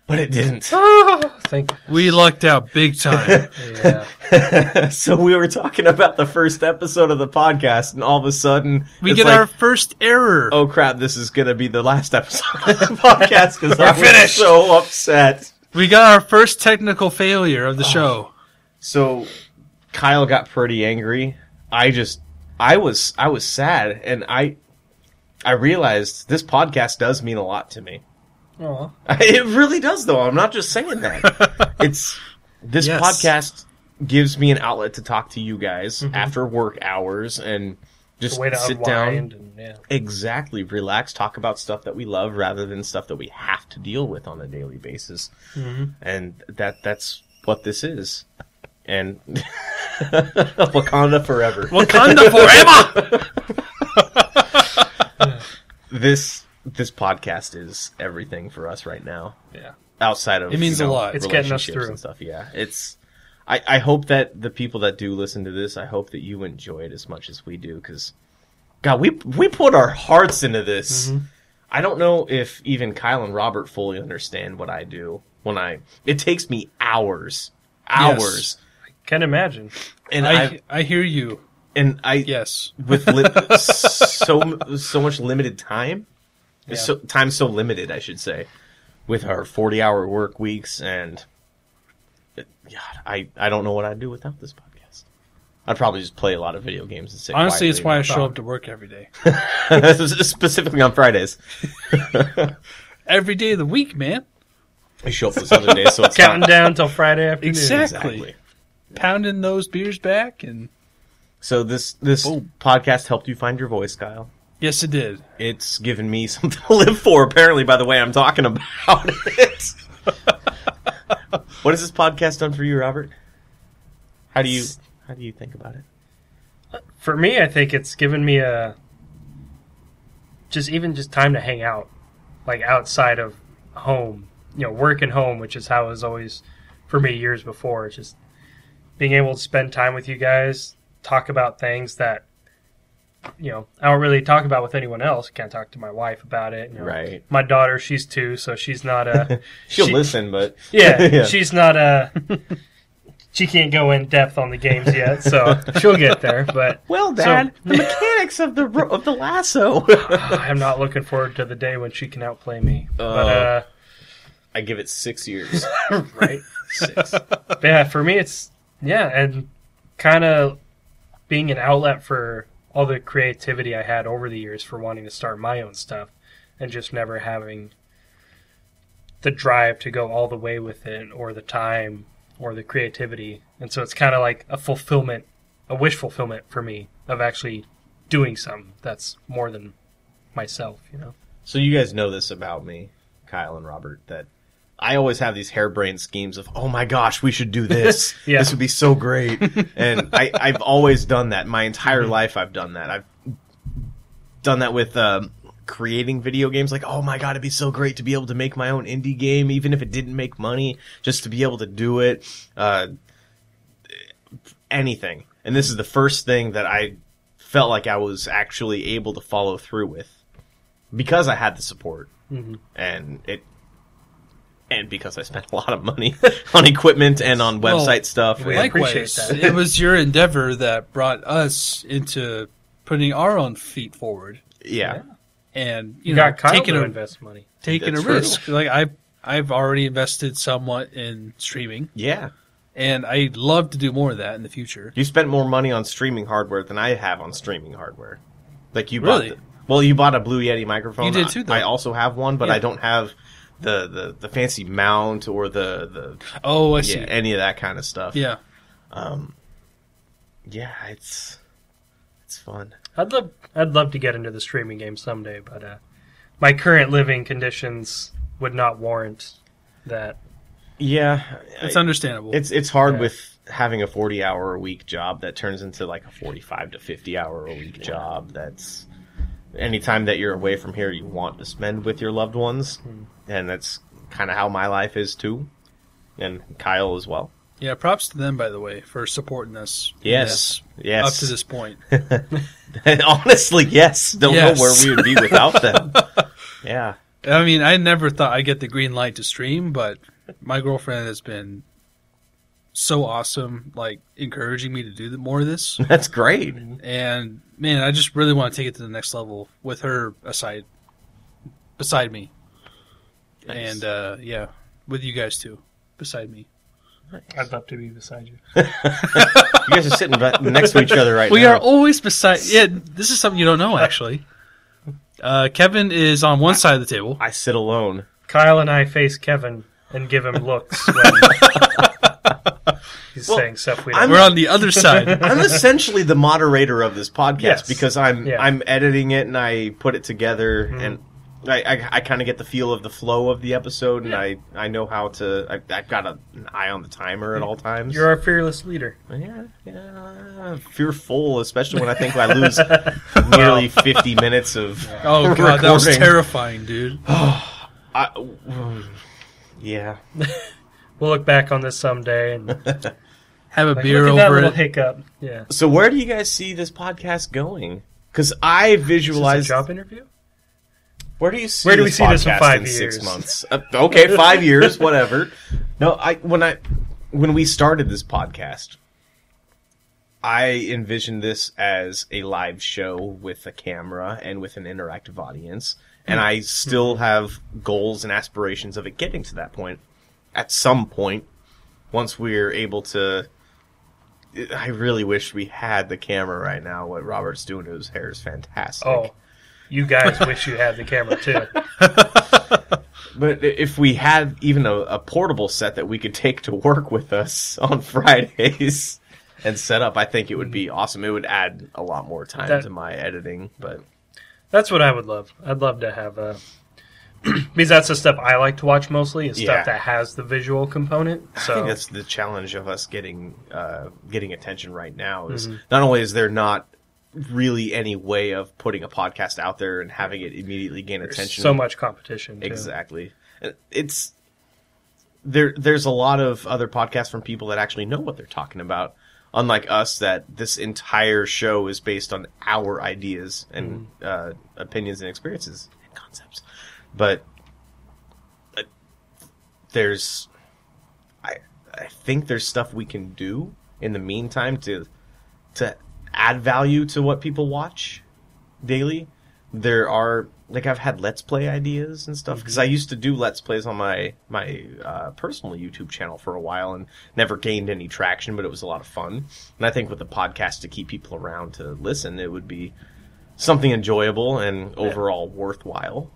but it didn't.
Oh, thank
We lucked out big time.
yeah.
so we were talking about the first episode of the podcast, and all of a sudden
We
it's
get
like,
our first error.
oh crap, this is going to be the last episode of the podcast because I was
finished.
so upset.
We got our first technical failure of the show.
So Kyle got pretty angry. I just I was I was sad and I I realized this podcast does mean a lot to me.
Aw.
It really does though. I'm not just saying that. it's this
Yes.
podcast gives me an outlet to talk to you guys after work hours and
It's
just
a Mm-hmm. way to
sit down
unwind and yeah.
exactly relax talk about stuff that we love rather than stuff that we have to deal with on a daily basis
Mm-hmm.
and that that's what this is and wakanda forever
Wakanda forever.
this this podcast is everything for us right now
Yeah.
outside of
It means
you
a
know,
lot.
It's getting us
relationships
through.
and stuff yeah it's I, I hope that the people that do listen to this i hope that you enjoy it as much as we do because god we we put our hearts into this i don't know if even kyle and robert fully understand what i do when i it takes me hours hours
Can imagine.
and I,
I I hear you.
and I
Yes.
with li- so so much limited time,
Yeah.
so, time so limited, I should say, with our forty-hour work weeks, and God, I I don't know what I'd do without this podcast. I'd probably just play a lot of video games and sit.
Honestly, it's why I
quietly
show up to work every day.
and not talk. specifically on Fridays.
Every day of the week, man.
I show up this other day, so it's not-
Counting down till Friday afternoon.
Exact- Pounding those beers back, and
So this this
Boom.
podcast helped you find your voice, Kyle.
yes, it did.
It's given me something to live for. Apparently, by the way, I'm talking about it. what has this podcast done for you, Robert? How do you how do you think about it?
For me, I think it's given me a just even just time to hang out, like outside of home. You know, work and home, which is how it was always for me years before. It's just being able to spend time with you guys, talk about things that you know I don't really talk about with anyone else. Can't talk to my wife about it. you know.
Right.
My daughter, she's two, so she's not a
She'll
she-
listen, but
Yeah,
Yeah.
she's not a. she can't go in depth on the games yet, so she'll get there. But
well,
Dad,
the mechanics of the ro- of the lasso.
I'm not looking forward to the day when she can outplay me.
Oh.
But
I give it six years.
uh, right,
Six.
But yeah. For me, it's yeah, and kind of being an outlet for all the creativity I had over the years for wanting to start my own stuff, and just never having the drive to go all the way with it, or the time, or the creativity. And so it's kind of like a fulfillment, a wish fulfillment for me of actually doing something that's more than myself. You know.
So you guys know this about me, Kyle and Robert, that I always have these harebrained schemes of, oh my gosh, we should do this.
Yeah.
This would be so great. and I, I've always done that. My entire life, I've done that. I've done that with um, creating video games. Like, oh my god, it'd be so great to be able to make my own indie game, even if it didn't make money, just to be able to do it. Uh, anything. And this is the first thing that I felt like I was actually able to follow through with because I had the support
Mm-hmm.
and it and because I spent a lot of money on equipment and on website
Well,
stuff.
we
and-
like- appreciate
Likewise,
that.
it was your endeavor that brought us into putting our own feet forward
yeah.
and you,
You
know
got Kyle
taking
to
a
invest money.
taking a
That's true.
risk. Like I've I've already invested somewhat in streaming,
Yeah.
and I'd love to do more of that in the future.
You spent more money on streaming hardware than I have on streaming hardware. Like you
Really?
bought the, Well, you bought a Blue Yeti microphone.
You did
I-
too, though.
I also have one, but
Yeah.
I don't have the, the, the fancy mount or the, the
Oh, I see.
yeah,
Yeah,
any of that kind of stuff. Um Yeah, it's it's fun.
I'd love I'd love to get into the streaming game someday, but uh, my current living conditions would not warrant that.
Yeah.
it's
I-
understandable.
It's it's hard
Yeah.
with having a forty hour a week job that turns into like a forty five to fifty hour a week job. That's any time that you're away from here, you want to spend with your loved ones,
Hmm.
and that's kind of how my life is too, and Kyle as well.
yeah, props to them by the way for supporting us. in
Yes,
this
yes.
Up to this point,
honestly, yes. Don't
Yes.
know where we would be without them. yeah,
I mean, I never thought I'd get the green light to stream, but my girlfriend has been so awesome, like encouraging me to do the- more of this.
that's great.
and man, I just really want to take it to the next level with her aside, beside me,
Nice.
and uh, yeah, with you guys too, beside me.
I'd love to be beside you.
You guys are sitting right next to each other right
we
now.
are always beside. Yeah, this is something you don't know actually. Uh, Kevin is on one side of the table.
I sit alone.
Kyle and I face Kevin and give him looks when he's
Well,
saying stuff we
I'm-
don't.
We're on the other side.
I'm essentially the moderator of this podcast
Yes.
because I'm
Yeah. Mm-hmm.
I'm editing it and I put it together and I I, I kind of get the feel of the flow of the episode and I I know how to I, I've got a, an eye on the timer at all times.
Mm. You're our fearless leader.
yeah, yeah, fearful, especially when I think I lose nearly 50 minutes of
Oh god, that was
Recording.
terrifying, dude.
I, yeah.
We'll look back on this someday and like,
Have a
look
beer
at that
over
little
it.
hiccup. Yeah,
So where do you guys see this podcast going? Because I
is this a
visualize
job interview?
Where do you see
Where do we
this
see this in
podcast
five
in
years?
Six months. Uh, okay, five years, whatever. No, I when I when we started this podcast, I envision this as a live show with a camera and with an interactive audience, and
Hmm.
I still have goals and aspirations of it getting to that point. At some point, once we're able to, I really wish we had the camera right now. What Robert's doing to his hair is fantastic.
Oh, you guys wish you had the camera too.
But if we had even a, a portable set that we could take to work with us on Fridays and set up, I think it would be awesome. It would add a lot more time
That-
to my editing. But
That's what I would love. I'd love to have a because that's the stuff I like to watch mostly is
Yeah.
stuff that has the visual component.
I
So
think that's the challenge of us getting uh, getting attention right now. Is
Mm-hmm.
not only is there not really any way of putting a podcast out there and having it immediately gain
there's
attention.
so much competition. Too.
Exactly. It's there. There's a lot of other podcasts from people that actually know what they're talking about, unlike us. That this entire show is based on our ideas and uh, opinions and experiences and concepts. But uh, there's, I I think there's stuff we can do in the meantime to to add value to what people watch daily. There are like I've had let's play ideas and stuff
Mm-hmm.
because I used to do let's plays on my my uh, personal YouTube channel for a while and never gained any traction, but it was a lot of fun. And I think with the podcast to keep people around to listen, it would be something enjoyable and overall worthwhile.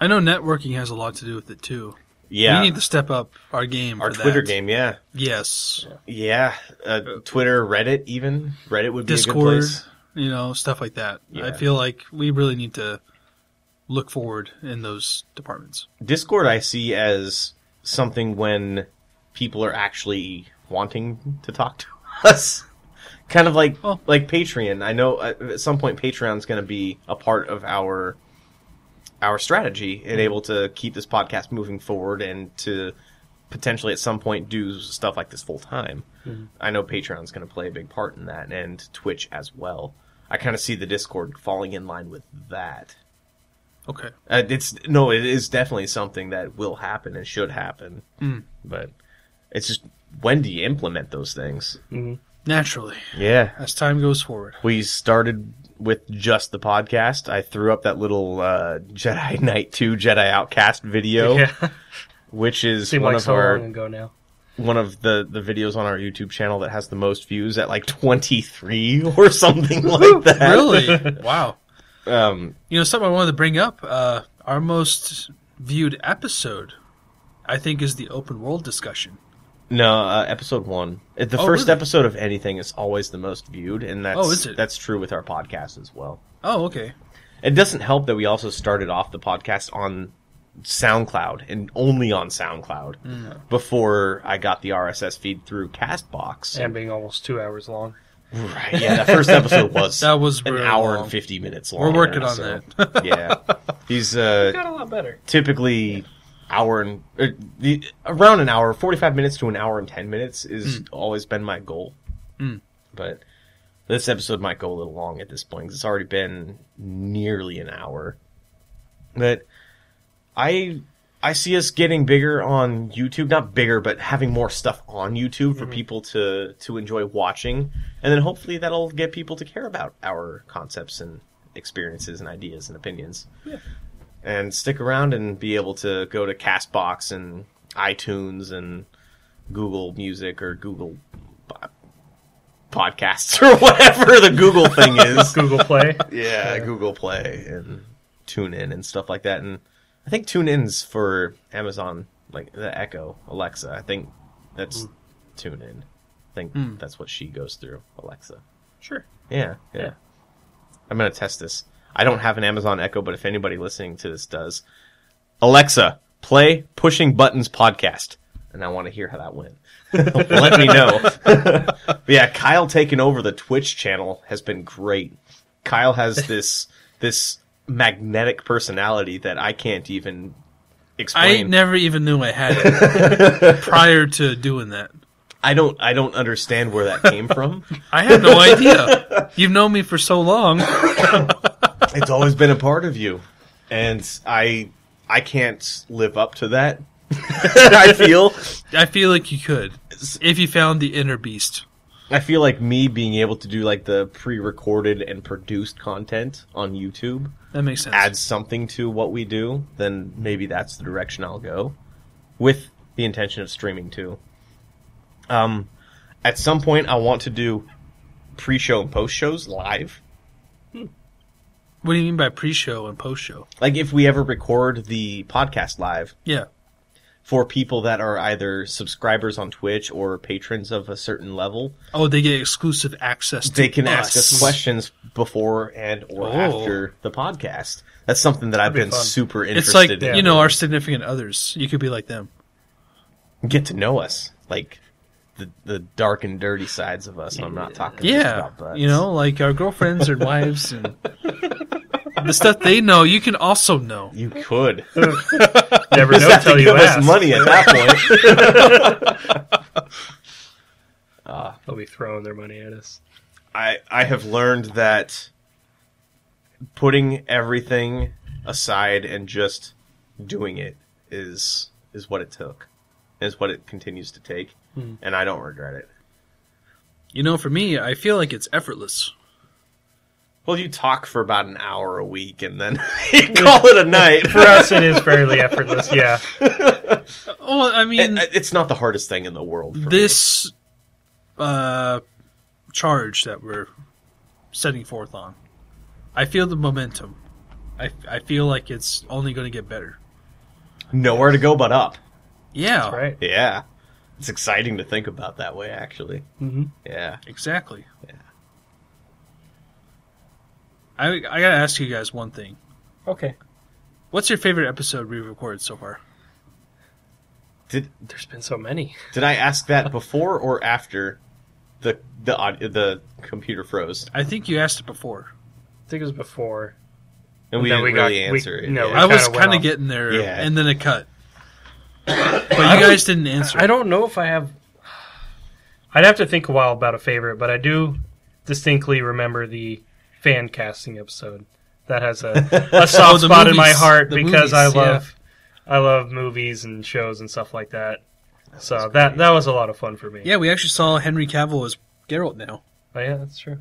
I know networking has a lot to do with it too.
Yeah,
We need to step up our game.
our
for
Twitter
that.
game, yeah,
yes,
yeah, uh, Twitter, Reddit, even Reddit would be a good
Discord,
place.
you know, stuff like that.
Yeah.
I feel like we really need to look forward in those departments.
Discord I see as something when people are actually wanting to talk to us. kind of like
Well-
like Patreon. I know uh, at some point Patreon's going to be a part of our our strategy and able to keep this podcast moving forward and to potentially at some point do stuff like this full time. I know Patreon's going to play a big part in that and Twitch as well. I kind of see the Discord falling in line with that.
Okay.
Uh, it's no, it is definitely something that will happen and should happen. But it's just when do you implement those things?
Mm-hmm.
Naturally,
Yeah,
as time goes forward.
we started with just the podcast. I threw up that little uh, Jedi Knight Two Jedi Outcast video,
Yeah,
which is
seemed
one
like
of
so
our
long ago now.
one of the the videos on our YouTube channel that has the most views at like twenty three or something like that.
Really? wow.
Um,
You know, something I wanted to bring up. Uh, our most viewed episode, I think, is the open world discussion.
No, uh, episode one. Uh, The
Oh,
first
really?
episode of anything is always the most viewed, and that's
Oh, is it?
that's true with our podcast as well.
Oh, okay.
It doesn't help that we also started off the podcast on SoundCloud and only on SoundCloud
Mm.
before I got the RSS feed through Castbox.
And being almost two hours long.
Right, yeah, that first episode was
That was
an
really
hour
long.
and fifty minutes long.
We're working on that.
yeah, he's uh,
Got a lot better.
typically hour and er, the, around an hour, forty five minutes to an hour and ten minutes
Hmm.
is always been my goal. But this episode might go a little long at this point 'cause it's already been nearly an hour. But I I see us getting bigger on YouTube, not bigger, but having more stuff on YouTube for people to to enjoy watching, and then hopefully that'll get people to care about our concepts and experiences and ideas and opinions.
Yeah.
And stick around and be able to go to Castbox and iTunes and Google Music or Google po- Podcasts or whatever the Google thing is
Google Play.
yeah, Google Play and TuneIn and stuff like that. And I think TuneIn's for Amazon, like the Echo, Alexa. I think that's
Hmm.
TuneIn. I think that's what she goes through, Alexa.
sure.
Yeah, yeah.
Yeah.
I'm gonna test this. I don't have an Amazon Echo, but if anybody listening to this does, Alexa, play Pushing Buttons podcast, and I want to hear how that went. Let me know. But yeah, Kyle taking over the Twitch channel has been great. Kyle has this this magnetic personality that I can't even
I
explain.
never even knew I had it prior to doing that.
I don't I don't understand where that came from.
I had no idea. You've known me for so long.
it's always been a part of you and i i can't live up to that i feel
I feel like you could if you found the inner beast.
I feel like me being able to do like the pre-recorded and produced content on YouTube
That makes sense.
adds something to what we do, then maybe that's the direction I'll go with the intention of streaming too. Um, at some point, I want to do pre-show and post-shows live.
What do you mean by pre-show and post-show?
Like if we ever record the podcast live
Yeah.
for people that are either subscribers on Twitch or patrons of a certain level,
Oh, they get exclusive access. to
they can ask us
us.
questions before and or
Oh.
after the podcast. That's something that I've
That'd be
been
fun.
super
It's
interested
like
in.
you know our significant others. You could be like them.
get to know us, like the the dark and dirty sides of us. And I'm not talking just
Yeah,
about butts.
you know, like our girlfriends and wives and the stuff they know. You can also know.
You could
Never
Just
know
have to
until you
give us
ask.
money at that point.
They'll be throwing their money at us.
I I have learned that putting everything aside and just doing it is is what it took, is what it continues to take, and I don't regret it.
You know, for me, I feel like it's effortless.
Well, you talk for about an hour a week and then you call it a night.
For us, it is fairly effortless. Yeah,
Oh, I mean,
It- it's not the hardest thing in the world. For me.
this uh, charge that we're setting forth on, I feel the momentum. I, I feel like it's only going to get better.
nowhere to go but up.
Yeah,
right.
Yeah. It's exciting to think about that way, actually.
Mm-hmm.
Yeah.
Exactly. Yeah. I I gotta ask you guys one thing.
Okay.
What's your favorite episode we've recorded so far?
Did
There's been so many.
did I ask that before or after the the aud- the computer froze
I think you asked it before.
I think it was before.
and we
Then we
didn't
got-
really
we-
answer it?
no,
yeah.
I was
kinda went
kind of
off.
getting there,
Yeah.
and then it cut. but you guys didn't answer.
I don't know if I have. I'd have to think a while about a favorite, but I do distinctly remember the fan casting episode. That has a, a soft
Oh, the
spot in my
movies.
heart
The movies,
because I love I love movies and shows and stuff like that. So that that was a lot of fun for me.
Yeah, we actually saw Henry Cavill as Geralt now.
Oh, yeah, that's true.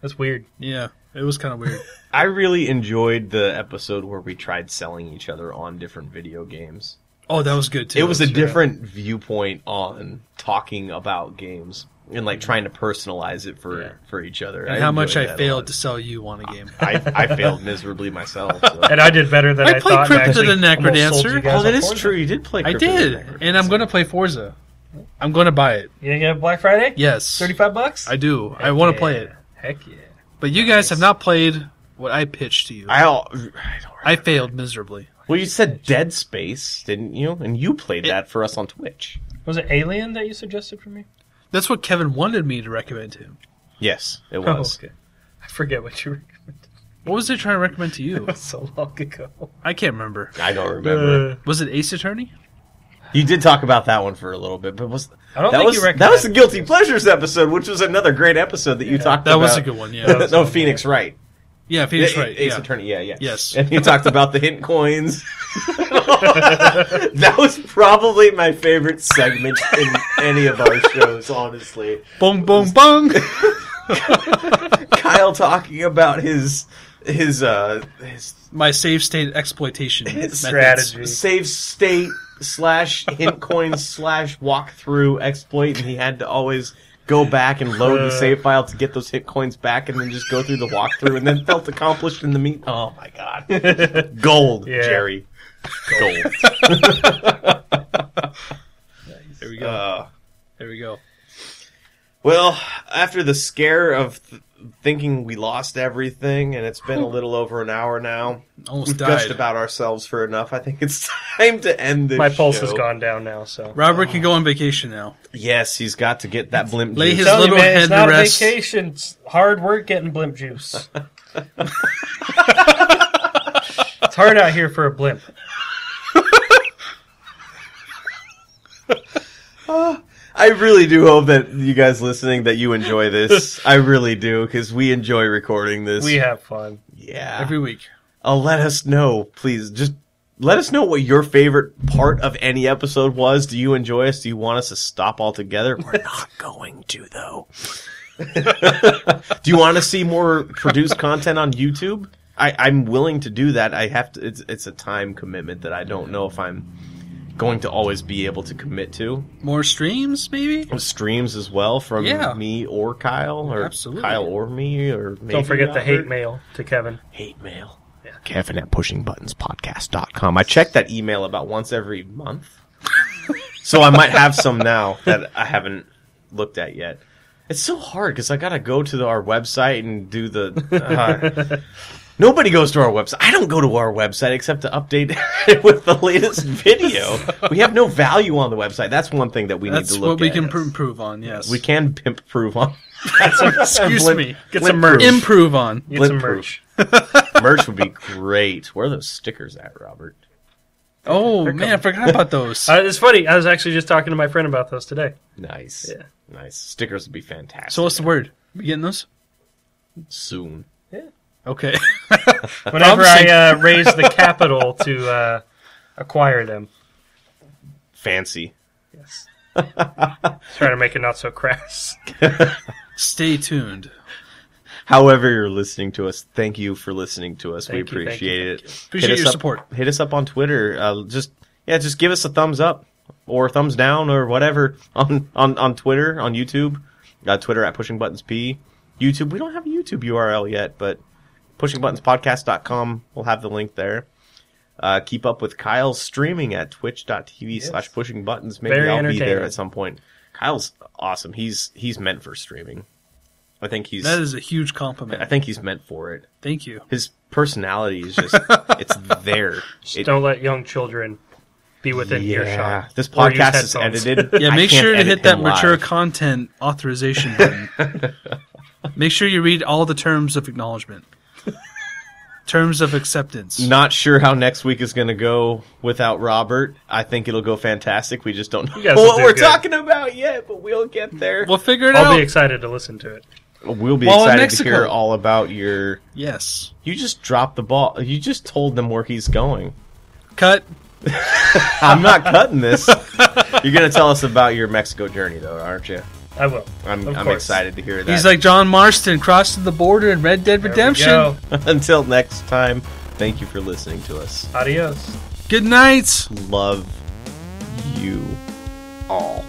That's weird.
Yeah, it was kind of weird.
I really enjoyed the episode where we tried selling each other on different video games.
oh, that was good too.
it was a
That
different viewpoint on talking about games and like trying to personalize it for
Yeah.
for each other.
And how much
enjoyed
I
that
failed
a
to sell you on a game.
lot. I, I failed miserably myself. so.
And I did better than
I
I,
played
thought. and
Crypt of
actually
the
almost sold
Necrodancer.
you guys
oh, that
on
is
Forza.
true. You did play.
I
Crypto
did,
Network.
and I'm going to play Forza. I'm going to buy it.
You didn't get Black Friday?
Yes,
Thirty-five bucks.
I do. I want to play it.
Heck yeah.
But you guys have not played what I pitched to you. I,
I, don't- I don't
failed miserably.
Well, you said Dead Space, didn't you? And you played
It-
that for us on Twitch.
Was it Alien that you suggested for me?
That's what Kevin wanted me to recommend to him.
Yes, it
Oh,
was.
okay. I forget what you recommended.
What was I trying to recommend to you?
It was so long ago.
I can't remember.
I don't remember.
Uh,
Was it Ace Attorney?
you did talk about that one for a little bit, but was
I don't
that
think
was
you
that was the
recommended.
guilty pleasures episode, which was another great episode that you talked
That
about.
was a good one.
That
Yeah.
was
no,
one,
Phoenix Wright.
Yeah, Phoenix
A-
Wright.
Ace
yeah.
Attorney. Yeah, yeah.
Yes.
And you talked about the hint coins. that was probably my favorite segment in any of our shows, honestly.
Bong bong bong.
Kyle talking about his his uh his
My save state exploitation methods.
strategy.
save state slash hint coin slash walkthrough exploit, and he had to always go back and load the save file to get those hit coins back, and then just go through the walkthrough, and then felt accomplished in the meet. Oh my god, gold,
Yeah.
Jerry, gold.
There we go.
Uh,
there we go.
well, after the scare of th- thinking we lost everything, and it's been a little over an hour now,
Almost
we've
died.
gushed about ourselves for enough. I think it's time to end this.
My pulse has
show.
gone down now, so.
Robert
Oh.
can go on vacation now.
Yes, he's got to get that blimp.
Lay
juice.
his
Tell you,
little
man,
head
it's
to
not a
rest.
vacation. It's hard work getting blimp juice. it's hard out here for a blimp.
I really do hope that you guys listening that you enjoy this. I really do because we enjoy recording this.
We have fun.
yeah.
Every week.
Uh, let us know, please. Just let us know what your favorite part of any episode was. Do you enjoy us? Do you want us to stop altogether? We're not going to though. do you want to see more produced content on YouTube? I, I'm willing to do that. I have to. It's it's a time commitment that I don't know if I'm going to always be able to commit to.
More streams, maybe?
Streams as well from
Yeah.
me or Kyle or
Absolutely.
Kyle or me or maybe
Don't forget the hate
Robert.
mail to Kevin.
Hate mail.
Yeah.
Kevin at pushingbuttonspodcast.com. I check that email about once every month. so I might have some now that I haven't looked at yet. It's so hard because I got to go to the- our website and do the. Uh, nobody goes to our website. I don't go to our website except to update it with the latest video. We have no value on the website. That's one thing that we
That's
need to look
what we
at.
can pr- improve on, yes.
We can pimp proof on.
Excuse
Blimp-
me.
Get
blimp
some merch.
proof.
Improve on.
Get some
Blindproof.
merch.
Merch would be great. Where are those stickers at, Robert?
Oh, man, I forgot about those.
Uh, it's funny. I was actually just talking to my friend about those today.
Nice.
Yeah.
Nice. Stickers would be fantastic.
So what's the word? We getting those?
soon?
Okay.
Whenever I
saying-
uh, raise the capital to uh, acquire them,
Fancy.
yes. Trying to make it not so crass.
Stay tuned.
However you're listening to us, thank you for listening to us. we
Thank you, thank you,
appreciate it.
Appreciate
Hit us
your
up-
support.
Hit us up on Twitter. Uh, just yeah, just give us a thumbs up or a thumbs down or whatever on on on Twitter, on YouTube. Uh, Twitter at Pushing Buttons P. YouTube. We don't have a YouTube URL yet, but pushingbuttonspodcast.com. We'll have the link there. Uh, keep up with Kyle's streaming at twitch.tv slash pushing buttons. Maybe
Very
I'll be there
entertaining.
at some point. Kyle's awesome. He's he's meant for streaming. I think he's
That is a huge compliment.
I think he's meant for it.
Thank you.
His personality is just it's there.
Just
It-
don't let young children be within earshot.
This
Or use
podcast is
headphones.
edited.
Yeah,
I
make
can't
sure to
edit
hit that
him
mature
live.
content authorization button. make sure you read all the terms of acknowledgement. terms of acceptance.
Not sure how next week is going to go without Robert. I think it'll go fantastic. We just don't know
guys will
what
do
we're
good.
talking about yet, but we'll get there.
We'll figure it
I'll
out.
be excited to listen to it.
We'll be
Well, in
excited to
Mexico.
hear all about your.
yes.
You just dropped the ball. You just told them where he's going.
Cut.
I'm not cutting this. You're going to tell us about your Mexico journey, though, aren't you?
I will.
I'm,
Of
I'm
course.
excited to hear that.
He's like John Marston crossing the border in Red Dead
There we
Redemption.
go.
Until next time, thank you for listening to us.
Adios.
Good night.
love you all.